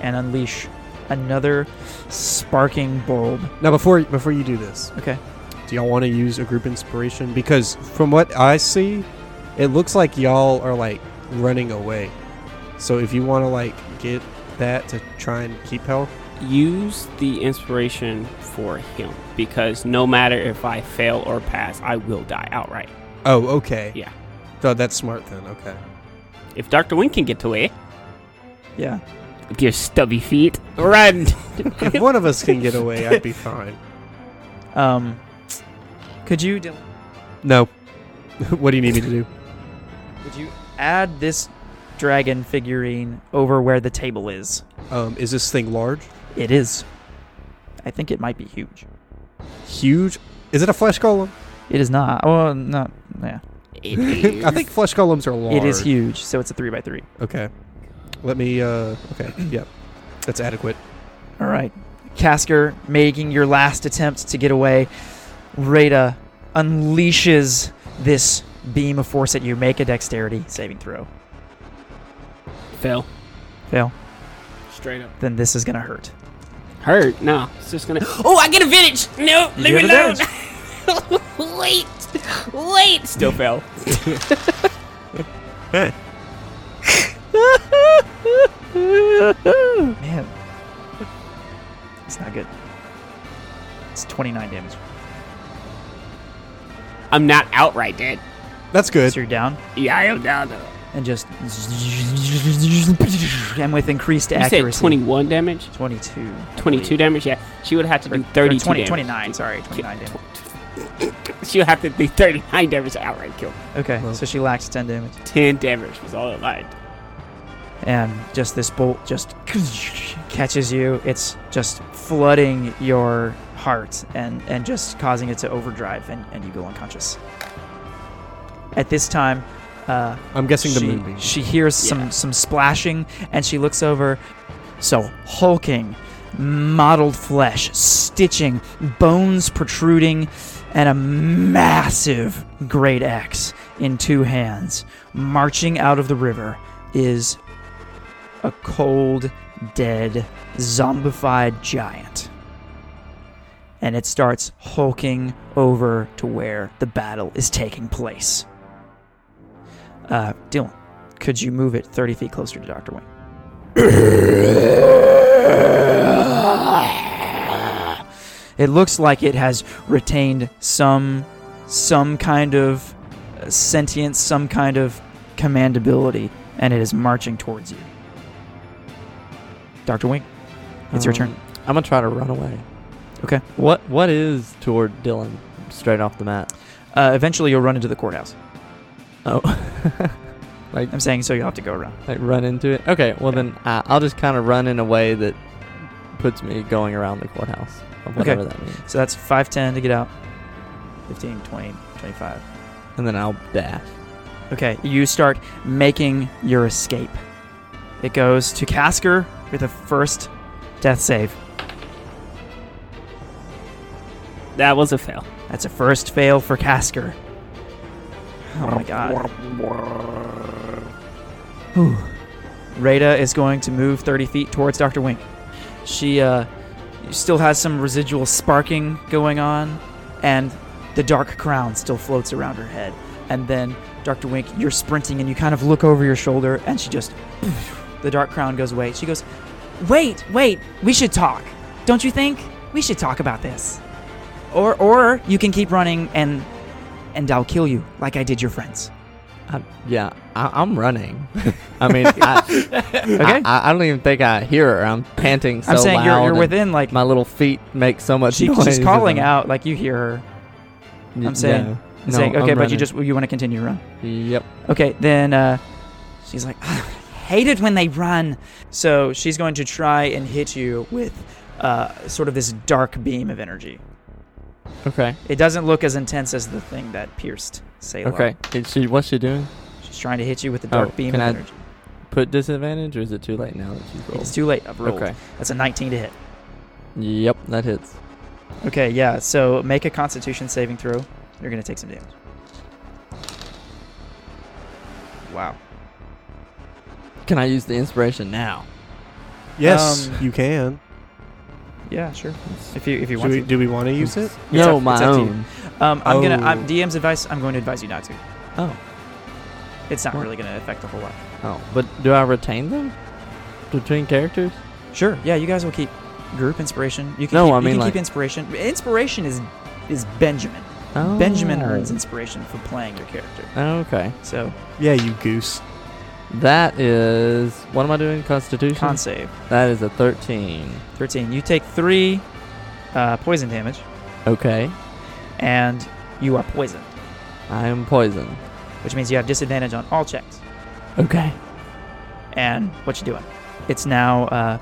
Speaker 1: and unleash another sparking bulb.
Speaker 3: Now before before you do this,
Speaker 1: Okay.
Speaker 3: do y'all want to use a group inspiration? Because from what I see, it looks like y'all are like running away. So if you want to like get that to try and keep health,
Speaker 2: use the inspiration for him because no matter if I fail or pass, I will die outright.
Speaker 3: Oh, okay.
Speaker 2: Yeah.
Speaker 3: So that's smart then. Okay.
Speaker 2: If Dr. Wing can get away
Speaker 1: Yeah.
Speaker 2: with your stubby feet, run!
Speaker 3: if one of us can get away, I'd be fine.
Speaker 1: Um, could you Dylan,
Speaker 3: No. what do you need me to do?
Speaker 1: could you add this dragon figurine over where the table is?
Speaker 3: Um, is this thing large?
Speaker 1: It is. I think it might be huge.
Speaker 3: Huge? Is it a flesh golem?
Speaker 1: It is not. Oh, not. Yeah.
Speaker 2: It is.
Speaker 3: I think flesh golems are large.
Speaker 1: It is huge. So it's a three by three.
Speaker 3: Okay. Let me. Uh, okay. Yep. That's adequate.
Speaker 1: All right. Casker making your last attempt to get away. Rada unleashes this beam of force at you. Make a dexterity saving throw.
Speaker 2: fail.
Speaker 1: Fail.
Speaker 2: Straight up.
Speaker 1: Then this is going to hurt.
Speaker 2: Hurt? No. It's just gonna. Oh, I get advantage! No,
Speaker 1: You
Speaker 2: leave me
Speaker 1: get
Speaker 2: alone! wait! Wait! Still fail.
Speaker 1: Man. It's not good. It's 29 damage.
Speaker 2: I'm not outright dead.
Speaker 3: That's good.
Speaker 1: So you're down
Speaker 2: Yeah, I am down though.
Speaker 1: and just. And with increased
Speaker 2: You
Speaker 1: accuracy.
Speaker 2: said 21 damage?
Speaker 1: 22.
Speaker 2: 22 damage? Yeah. She would have to do
Speaker 1: Or
Speaker 2: 32
Speaker 1: 20,
Speaker 2: damage.
Speaker 1: 29, sorry. 29 damage.
Speaker 2: She would have to do 39 damage to outright kill.
Speaker 1: Okay,
Speaker 3: Well-
Speaker 1: so she lacks 10 damage.
Speaker 2: 10 damage was all it lacked.
Speaker 1: and just this bolt just catches you. It's just flooding your heart and, and just causing it to overdrive, and, and you go unconscious. At this time, uh,
Speaker 3: I'm guessing the
Speaker 1: she,
Speaker 3: moonbeam.
Speaker 1: she hears
Speaker 2: Yeah.
Speaker 1: some, some splashing and she looks over. So, hulking, mottled flesh, stitching, bones protruding, and a massive great axe in two hands marching out of the river is a cold, dead, zombified giant. And it starts hulking over to where the battle is taking place. Uh, Dylan, could you move it 30 feet closer to Dr. Wing? It looks like it has retained some some kind of uh, sentience, some kind of commandability, and it is marching towards you. Dr. Wing, it's your turn.
Speaker 4: Um, I'm gonna try to run away.
Speaker 1: Okay.
Speaker 4: What What is toward Dylan? Straight off the map.
Speaker 1: Uh, eventually, you'll run into the courthouse.
Speaker 4: Oh, like
Speaker 1: I'm saying so you'll have to go around.
Speaker 4: like run into it. Okay. Well then, I, I'll just kind of run in a way that puts me going around the courthouse. or Whatever that means.
Speaker 1: So that's 510 to get out, 15, 20, 25.
Speaker 4: And then I'll dash.
Speaker 1: Okay, you start making your escape. It goes to Casker with a first death save.
Speaker 2: That was a fail.
Speaker 1: That's a first fail for Casker. Oh my god. Whew. Rada is going to move 30 feet towards Dr. Wink. She uh, still has some residual sparking going on, and the dark crown still floats around her head. And then, Dr. Wink, you're sprinting and you kind of look over your shoulder, and she just. The dark crown goes away. She goes, Wait, wait, we should talk. Don't you think? We should talk about this. Or, or you can keep running and. And I'll kill you like I did your friends.
Speaker 4: I, yeah, I, I'm running. I mean, I,
Speaker 1: Okay?
Speaker 4: I, I, I don't even think I hear her. I'm panting so
Speaker 1: I'm saying you're,
Speaker 4: loud
Speaker 1: you're
Speaker 4: and
Speaker 1: within like
Speaker 4: My little feet make so much
Speaker 1: she,
Speaker 4: noise.
Speaker 1: she's
Speaker 4: as
Speaker 1: calling
Speaker 4: I'm-
Speaker 1: out like you hear her
Speaker 4: Y-
Speaker 1: I'm saying-
Speaker 4: no.
Speaker 1: and
Speaker 4: No,
Speaker 1: saying okay
Speaker 4: I'm
Speaker 1: but you
Speaker 4: running.
Speaker 1: just you want to continue to run
Speaker 4: Yep.
Speaker 1: okay then uh, she's like "Ah, I hate it when they run so she's going to try and hit you with uh, sort of this dark beam of energy
Speaker 4: Okay.
Speaker 1: it doesn't look as intense as the thing that pierced Sailor.
Speaker 4: Okay. Is she, what's she doing?
Speaker 1: she's trying to hit you with the
Speaker 4: Oh,
Speaker 1: dark beam of
Speaker 4: can I-
Speaker 1: energy
Speaker 4: Put disadvantage, or is it too late now that she's rolled?
Speaker 1: it's too late i've rolled
Speaker 4: okay.
Speaker 1: that's a 19 to hit
Speaker 4: Yep, that hits.
Speaker 1: okay yeah so make a constitution saving throw you're going to take some damage wow
Speaker 4: Can I use the inspiration now?
Speaker 3: yes,
Speaker 1: Um,
Speaker 3: you can.
Speaker 1: yeah sure if you if you
Speaker 3: Do
Speaker 1: want
Speaker 3: we,
Speaker 1: to
Speaker 3: do we want to use it?
Speaker 4: no,
Speaker 1: up-
Speaker 4: my
Speaker 1: it's up to you.
Speaker 4: own.
Speaker 1: Um, I'm gonna
Speaker 3: Oh.
Speaker 1: I'm, DM's advice. I'm going to advise you not to.
Speaker 4: Oh.
Speaker 1: It's not
Speaker 4: What?
Speaker 1: really gonna affect a whole lot.
Speaker 4: Oh, but do I retain them between characters?
Speaker 1: Sure. Yeah, you guys will keep group inspiration. You can
Speaker 4: No,
Speaker 1: keep,
Speaker 4: I
Speaker 1: you
Speaker 4: mean,
Speaker 1: can
Speaker 4: like-
Speaker 1: keep inspiration. Inspiration is is Benjamin. Benjamin earns inspiration for playing your character.
Speaker 4: Oh. Okay.
Speaker 1: So
Speaker 3: Yeah, you goose.
Speaker 4: That is. What am I doing? Constitution?
Speaker 1: con save
Speaker 4: that is a 13.
Speaker 1: thirteen. You take three uh, poison damage,
Speaker 4: Okay.
Speaker 1: and you are poisoned,
Speaker 4: I am poisoned.
Speaker 1: which means you have disadvantage on all checks.
Speaker 4: Okay.
Speaker 1: And what you doing? It's now uh,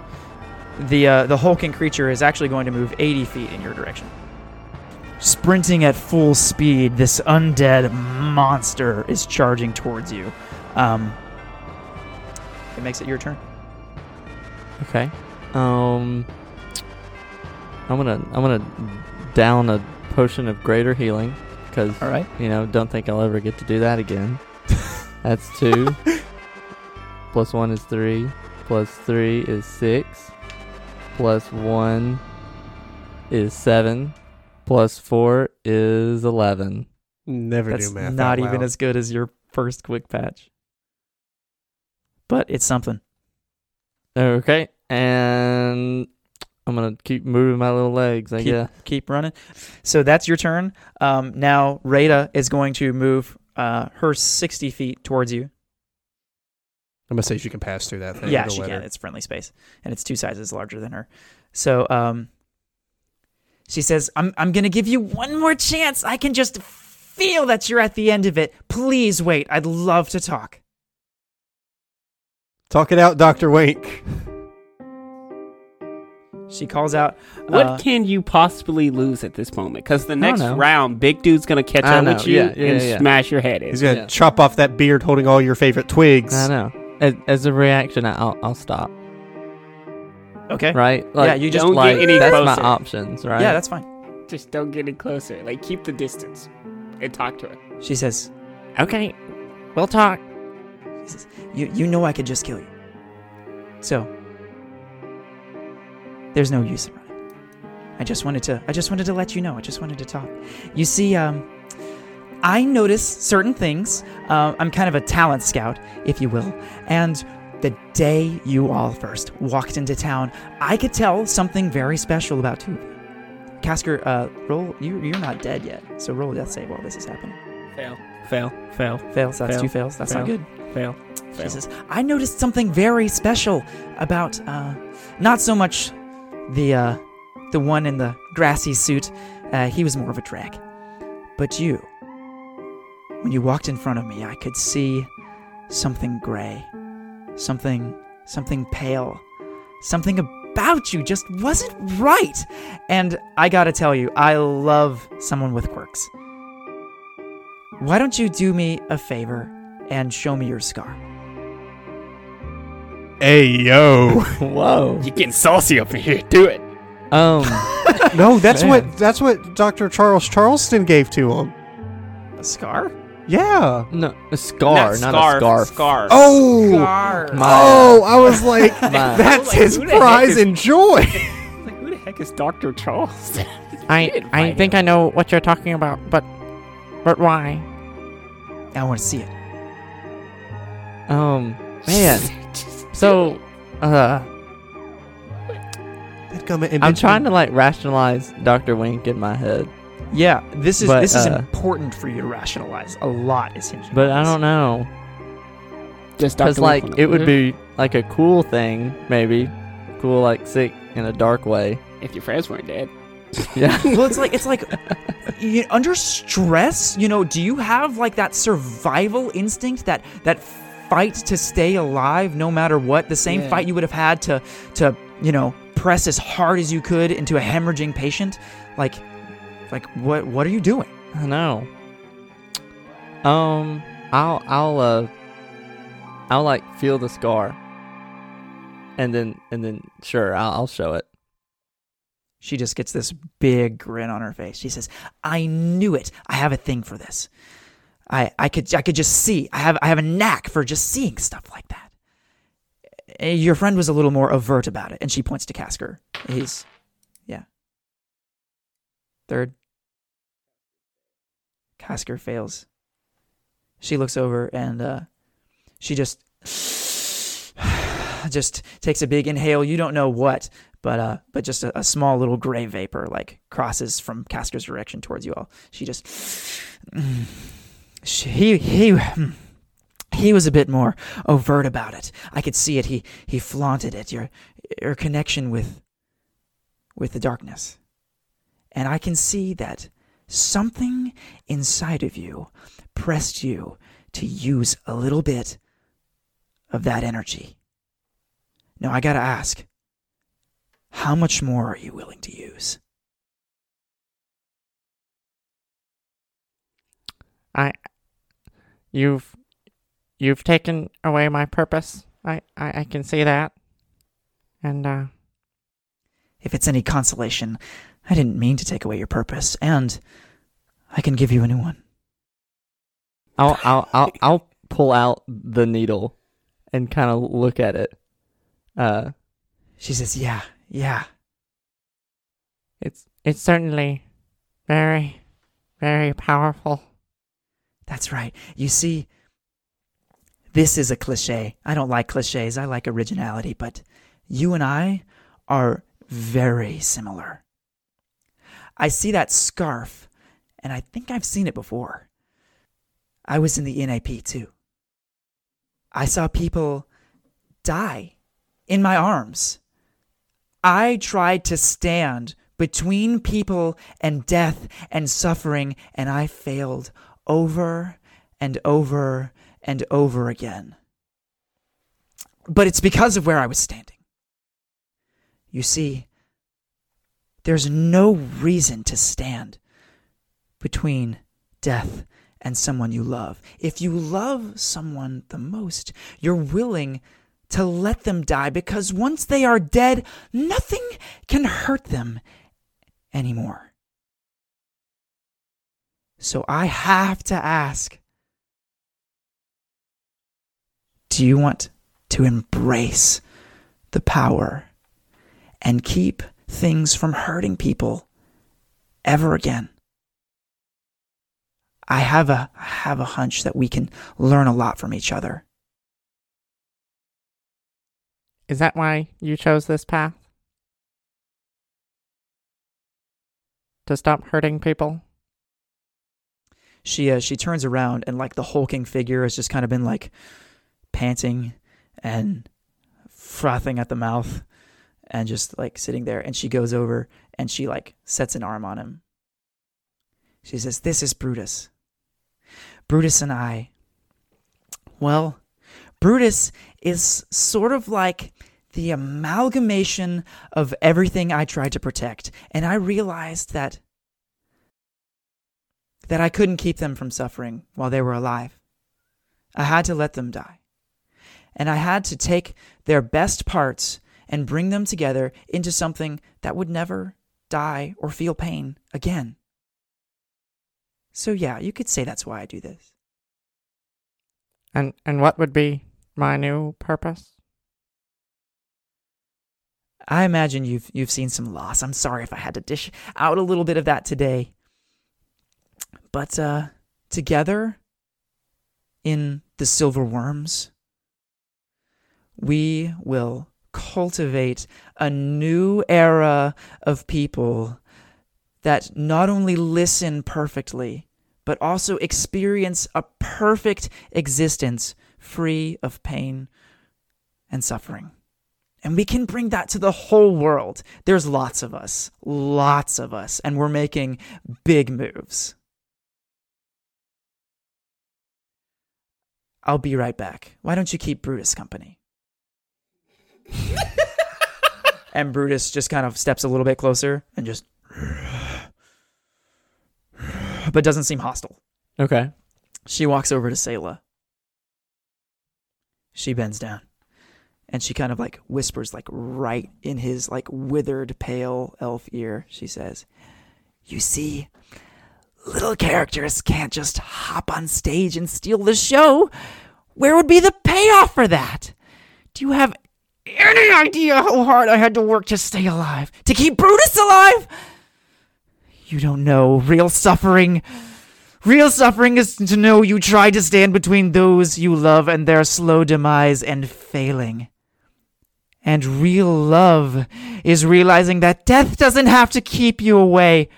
Speaker 1: the uh, the hulking creature is actually going to move 80 feet in your direction. Sprinting at full speed, this undead monster is charging towards you. Um, it makes it your turn.
Speaker 4: Okay. Um. I'm gonna I'm gonna down a potion of greater healing because
Speaker 1: All right.
Speaker 4: you know don't think I'll ever get to do that again. That's two. plus one is three. Plus three is six. Plus one is seven. Plus four is eleven.
Speaker 3: Never
Speaker 1: That's
Speaker 3: do math.
Speaker 1: not
Speaker 3: out
Speaker 1: even
Speaker 3: loud.
Speaker 1: as good as your first quick patch, but it's something.
Speaker 4: Okay, and I'm gonna keep moving my little legs. I
Speaker 1: Keep-
Speaker 4: guess.
Speaker 1: keep running. So that's your turn. Um, now Rada is going to move uh, her 60 feet towards you.
Speaker 3: I'm gonna say she can pass through that thing.
Speaker 1: yeah,
Speaker 3: It'll
Speaker 1: she
Speaker 3: let
Speaker 1: can.
Speaker 3: her.
Speaker 1: It's friendly space, and it's two sizes larger than her. So um, she says, "I'm I'm gonna give you one more chance. I can just feel that you're at the end of it. Please wait. I'd love to talk."
Speaker 3: Talk it out, Doctor Wink.
Speaker 1: She calls out,
Speaker 2: What
Speaker 1: uh,
Speaker 2: can you possibly lose at this moment? Because the next
Speaker 4: know.
Speaker 2: round, big dude's gonna catch
Speaker 4: I
Speaker 2: up
Speaker 4: know,
Speaker 2: with you
Speaker 4: yeah, yeah,
Speaker 2: and
Speaker 4: yeah, yeah.
Speaker 2: smash your head in.
Speaker 3: He's gonna
Speaker 4: Yeah.
Speaker 3: chop off that beard holding all your favorite twigs.
Speaker 4: I know. As, as a reaction, I- I'll, I'll stop.
Speaker 1: "Okay,
Speaker 4: Right?
Speaker 1: Eh, Yeah, you just
Speaker 2: Don't
Speaker 4: like
Speaker 2: get any
Speaker 4: that's my
Speaker 2: closer.
Speaker 4: options, right?
Speaker 1: yeah, that's fine."
Speaker 2: Just don't get any closer. Like keep the distance and talk to her.
Speaker 1: She says,
Speaker 4: okay. We'll talk.
Speaker 1: she says, "You you know I could just kill you. So there's no use in running. I just wanted to I just wanted to let you know. I just wanted to talk. You see, um, I notice certain things. Uh, I'm kind of a talent scout, if you will. And the day you all first walked into town, I could tell something very special about two of you. Casker, uh, roll. You, you're not dead yet, so roll a death save while this is happening.
Speaker 2: Fail. Fail. Fail.
Speaker 1: Fails. That's
Speaker 2: Fail.
Speaker 1: two fails. That's not
Speaker 2: Fail.
Speaker 1: good.
Speaker 2: Fail. Fail.
Speaker 1: She says, I noticed something very special about uh, not so much the uh, the one in the grassy suit. Uh, he was more of a drag. But you, when you walked in front of me, I could see something gray, something something pale, something about you just wasn't right. And I gotta tell you, I love someone with quirks. Why don't you do me a favor and show me your scar?
Speaker 3: Hey yo.
Speaker 4: Whoa.
Speaker 2: You getting saucy up in here? Do it.
Speaker 4: Um.
Speaker 3: no, that's
Speaker 4: Man.
Speaker 3: what that's what Doctor Charles Charleston gave to him.
Speaker 1: A scar?
Speaker 3: Yeah.
Speaker 4: No, a scar, not, a scarf.
Speaker 2: Scarf.
Speaker 3: Oh.
Speaker 1: Scar.
Speaker 4: My-
Speaker 3: Oh, I was like,
Speaker 4: My-
Speaker 3: that's
Speaker 2: Like,
Speaker 3: his
Speaker 2: who the heck
Speaker 3: prize
Speaker 2: is-
Speaker 3: and joy.
Speaker 2: Like who the heck is Doctor Charles?
Speaker 5: I I think I know what you're talking about, but but why?
Speaker 1: I want to see it.
Speaker 4: Um. Man. So, uh, I'm trying to like rationalize Doctor Wink in my head,
Speaker 1: Yeah, this is
Speaker 4: But,
Speaker 1: this is
Speaker 4: uh,
Speaker 1: important for you to rationalize. A lot is hinging.
Speaker 4: but I don't know
Speaker 2: just
Speaker 4: because like it would be
Speaker 5: Mm-hmm.
Speaker 4: like a cool thing, maybe cool like sick in a dark way.
Speaker 2: if your friends weren't dead.
Speaker 4: Yeah.
Speaker 1: well, it's like it's like you, under stress. You know, do you have like that survival instinct that that fight to stay alive no matter what? The same
Speaker 2: Yeah.
Speaker 1: fight you would have had to to you know press as hard as you could into a hemorrhaging patient. Like, like what what are you doing?
Speaker 4: I know. Um, I'll I'll uh, I'll like feel the scar, and then and then sure I'll, I'll show it.
Speaker 1: She just gets this big grin on her face. She says, "I knew it. I have a thing for this. I I could I could just see. I have I have a knack for just seeing stuff like that." Eh, Your friend was a little more overt about it, and she points to Casker. He's, yeah. Third. Casker fails. She looks over and uh, she just just takes a big inhale. You don't know what, but uh, but just a, a small little gray vapor like crosses from Casker's direction towards you all. She just she, he he hmm, he was a bit more overt about it. I could see it. He he flaunted it. Your your connection with with the darkness, and I can see that something inside of you pressed you to use a little bit of that energy. Now I gotta ask, how much more are you willing to use?
Speaker 5: I you've you've taken away my purpose. I I, I can see that. And uh
Speaker 1: If it's any consolation, I didn't mean to take away your purpose, and I can give you a new one.
Speaker 4: I'll I'll I'll, I'll pull out the needle and kind of look at it. Uh,
Speaker 1: She says, Yeah, yeah.
Speaker 5: it's it's certainly very very powerful.
Speaker 1: That's right. You see, this is a cliche. I don't like cliches, I like originality, but you and I are very similar. I see that scarf, and I think I've seen it before. I was in the NAP too. I saw people die in my arms. I tried to stand between people and death and suffering, and I failed over and over and over again. But it's because of where I was standing. You see, there's no reason to stand between death and someone you love. If you love someone the most, you're willing to let them die because once they are dead, nothing can hurt them anymore. So I have to ask Do you want to embrace the power and keep things from hurting people ever again? I have a I have a hunch that we can learn a lot from each other.
Speaker 5: Is that why you chose this path? To stop hurting people?
Speaker 1: she uh, she turns around and like the hulking figure has just kind of been like panting and frothing at the mouth and just like sitting there and she goes over and she like sets an arm on him she says this is brutus brutus and i well brutus is sort of like the amalgamation of everything i tried to protect and i realized that that I couldn't keep them from suffering while they were alive. I had to let them die. And I had to take their best parts and bring them together into something that would never die or feel pain again. So, yeah, you could say that's why I do this.
Speaker 5: And and what would be my new purpose?
Speaker 1: I imagine you've you've seen some loss. I'm sorry if I had to dish out a little bit of that today. But uh together in the silver worms we will cultivate a new era of people that not only listen perfectly but also experience a perfect existence free of pain and suffering. And we can bring that to the whole world. There's lots of us, lots of us, and we're making big moves. I'll be right back. Why don't you keep Brutus company? and Brutus just kind of steps a little bit closer and just, but doesn't seem hostile.
Speaker 4: okay.
Speaker 1: She walks over to Selah. She bends down and she kind of like whispers like right in his like withered pale elf ear. She says, "You see, little characters can't just hop on stage and steal the show. Where would be the payoff for that? Do you have any idea how hard I had to work to stay alive, to keep Brutus alive? You don't know real suffering." Real suffering is to know you tried to stand between those you love and their slow demise and failing. And real love is realizing that death doesn't have to keep you away.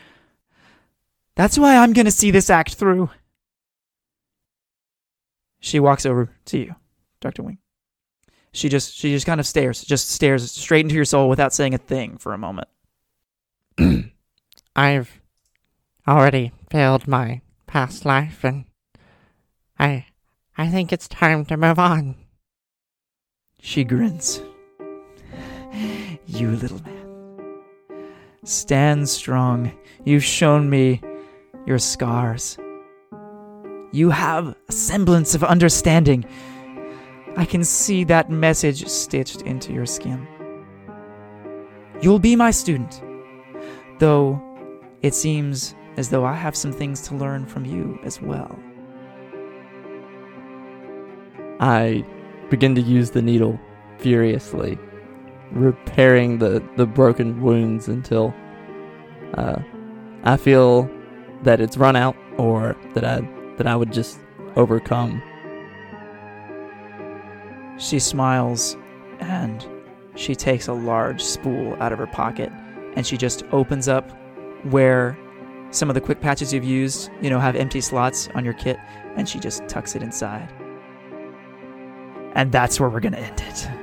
Speaker 1: That's why I'm going to see this act through. She walks over to you, Dr. Wing. She just she just kind of stares, just stares straight into your soul without saying a thing for a moment.
Speaker 5: I've already failed my past life and I I think it's time to move on.
Speaker 1: She grins. You little man. Stand strong. You've shown me your scars. You have a semblance of understanding. I can see that message stitched into your skin. You'll be my student, though it seems as though I have some things to learn from you as well.
Speaker 4: I begin to use the needle furiously, repairing the, the broken wounds until uh, I feel that it's run out or that I that I would just overcome.
Speaker 1: She smiles and she takes a large spool out of her pocket and she just opens up where some of the quick patches you've used, you know, have empty slots on your kit and she just tucks it inside. And that's where we're going to end it.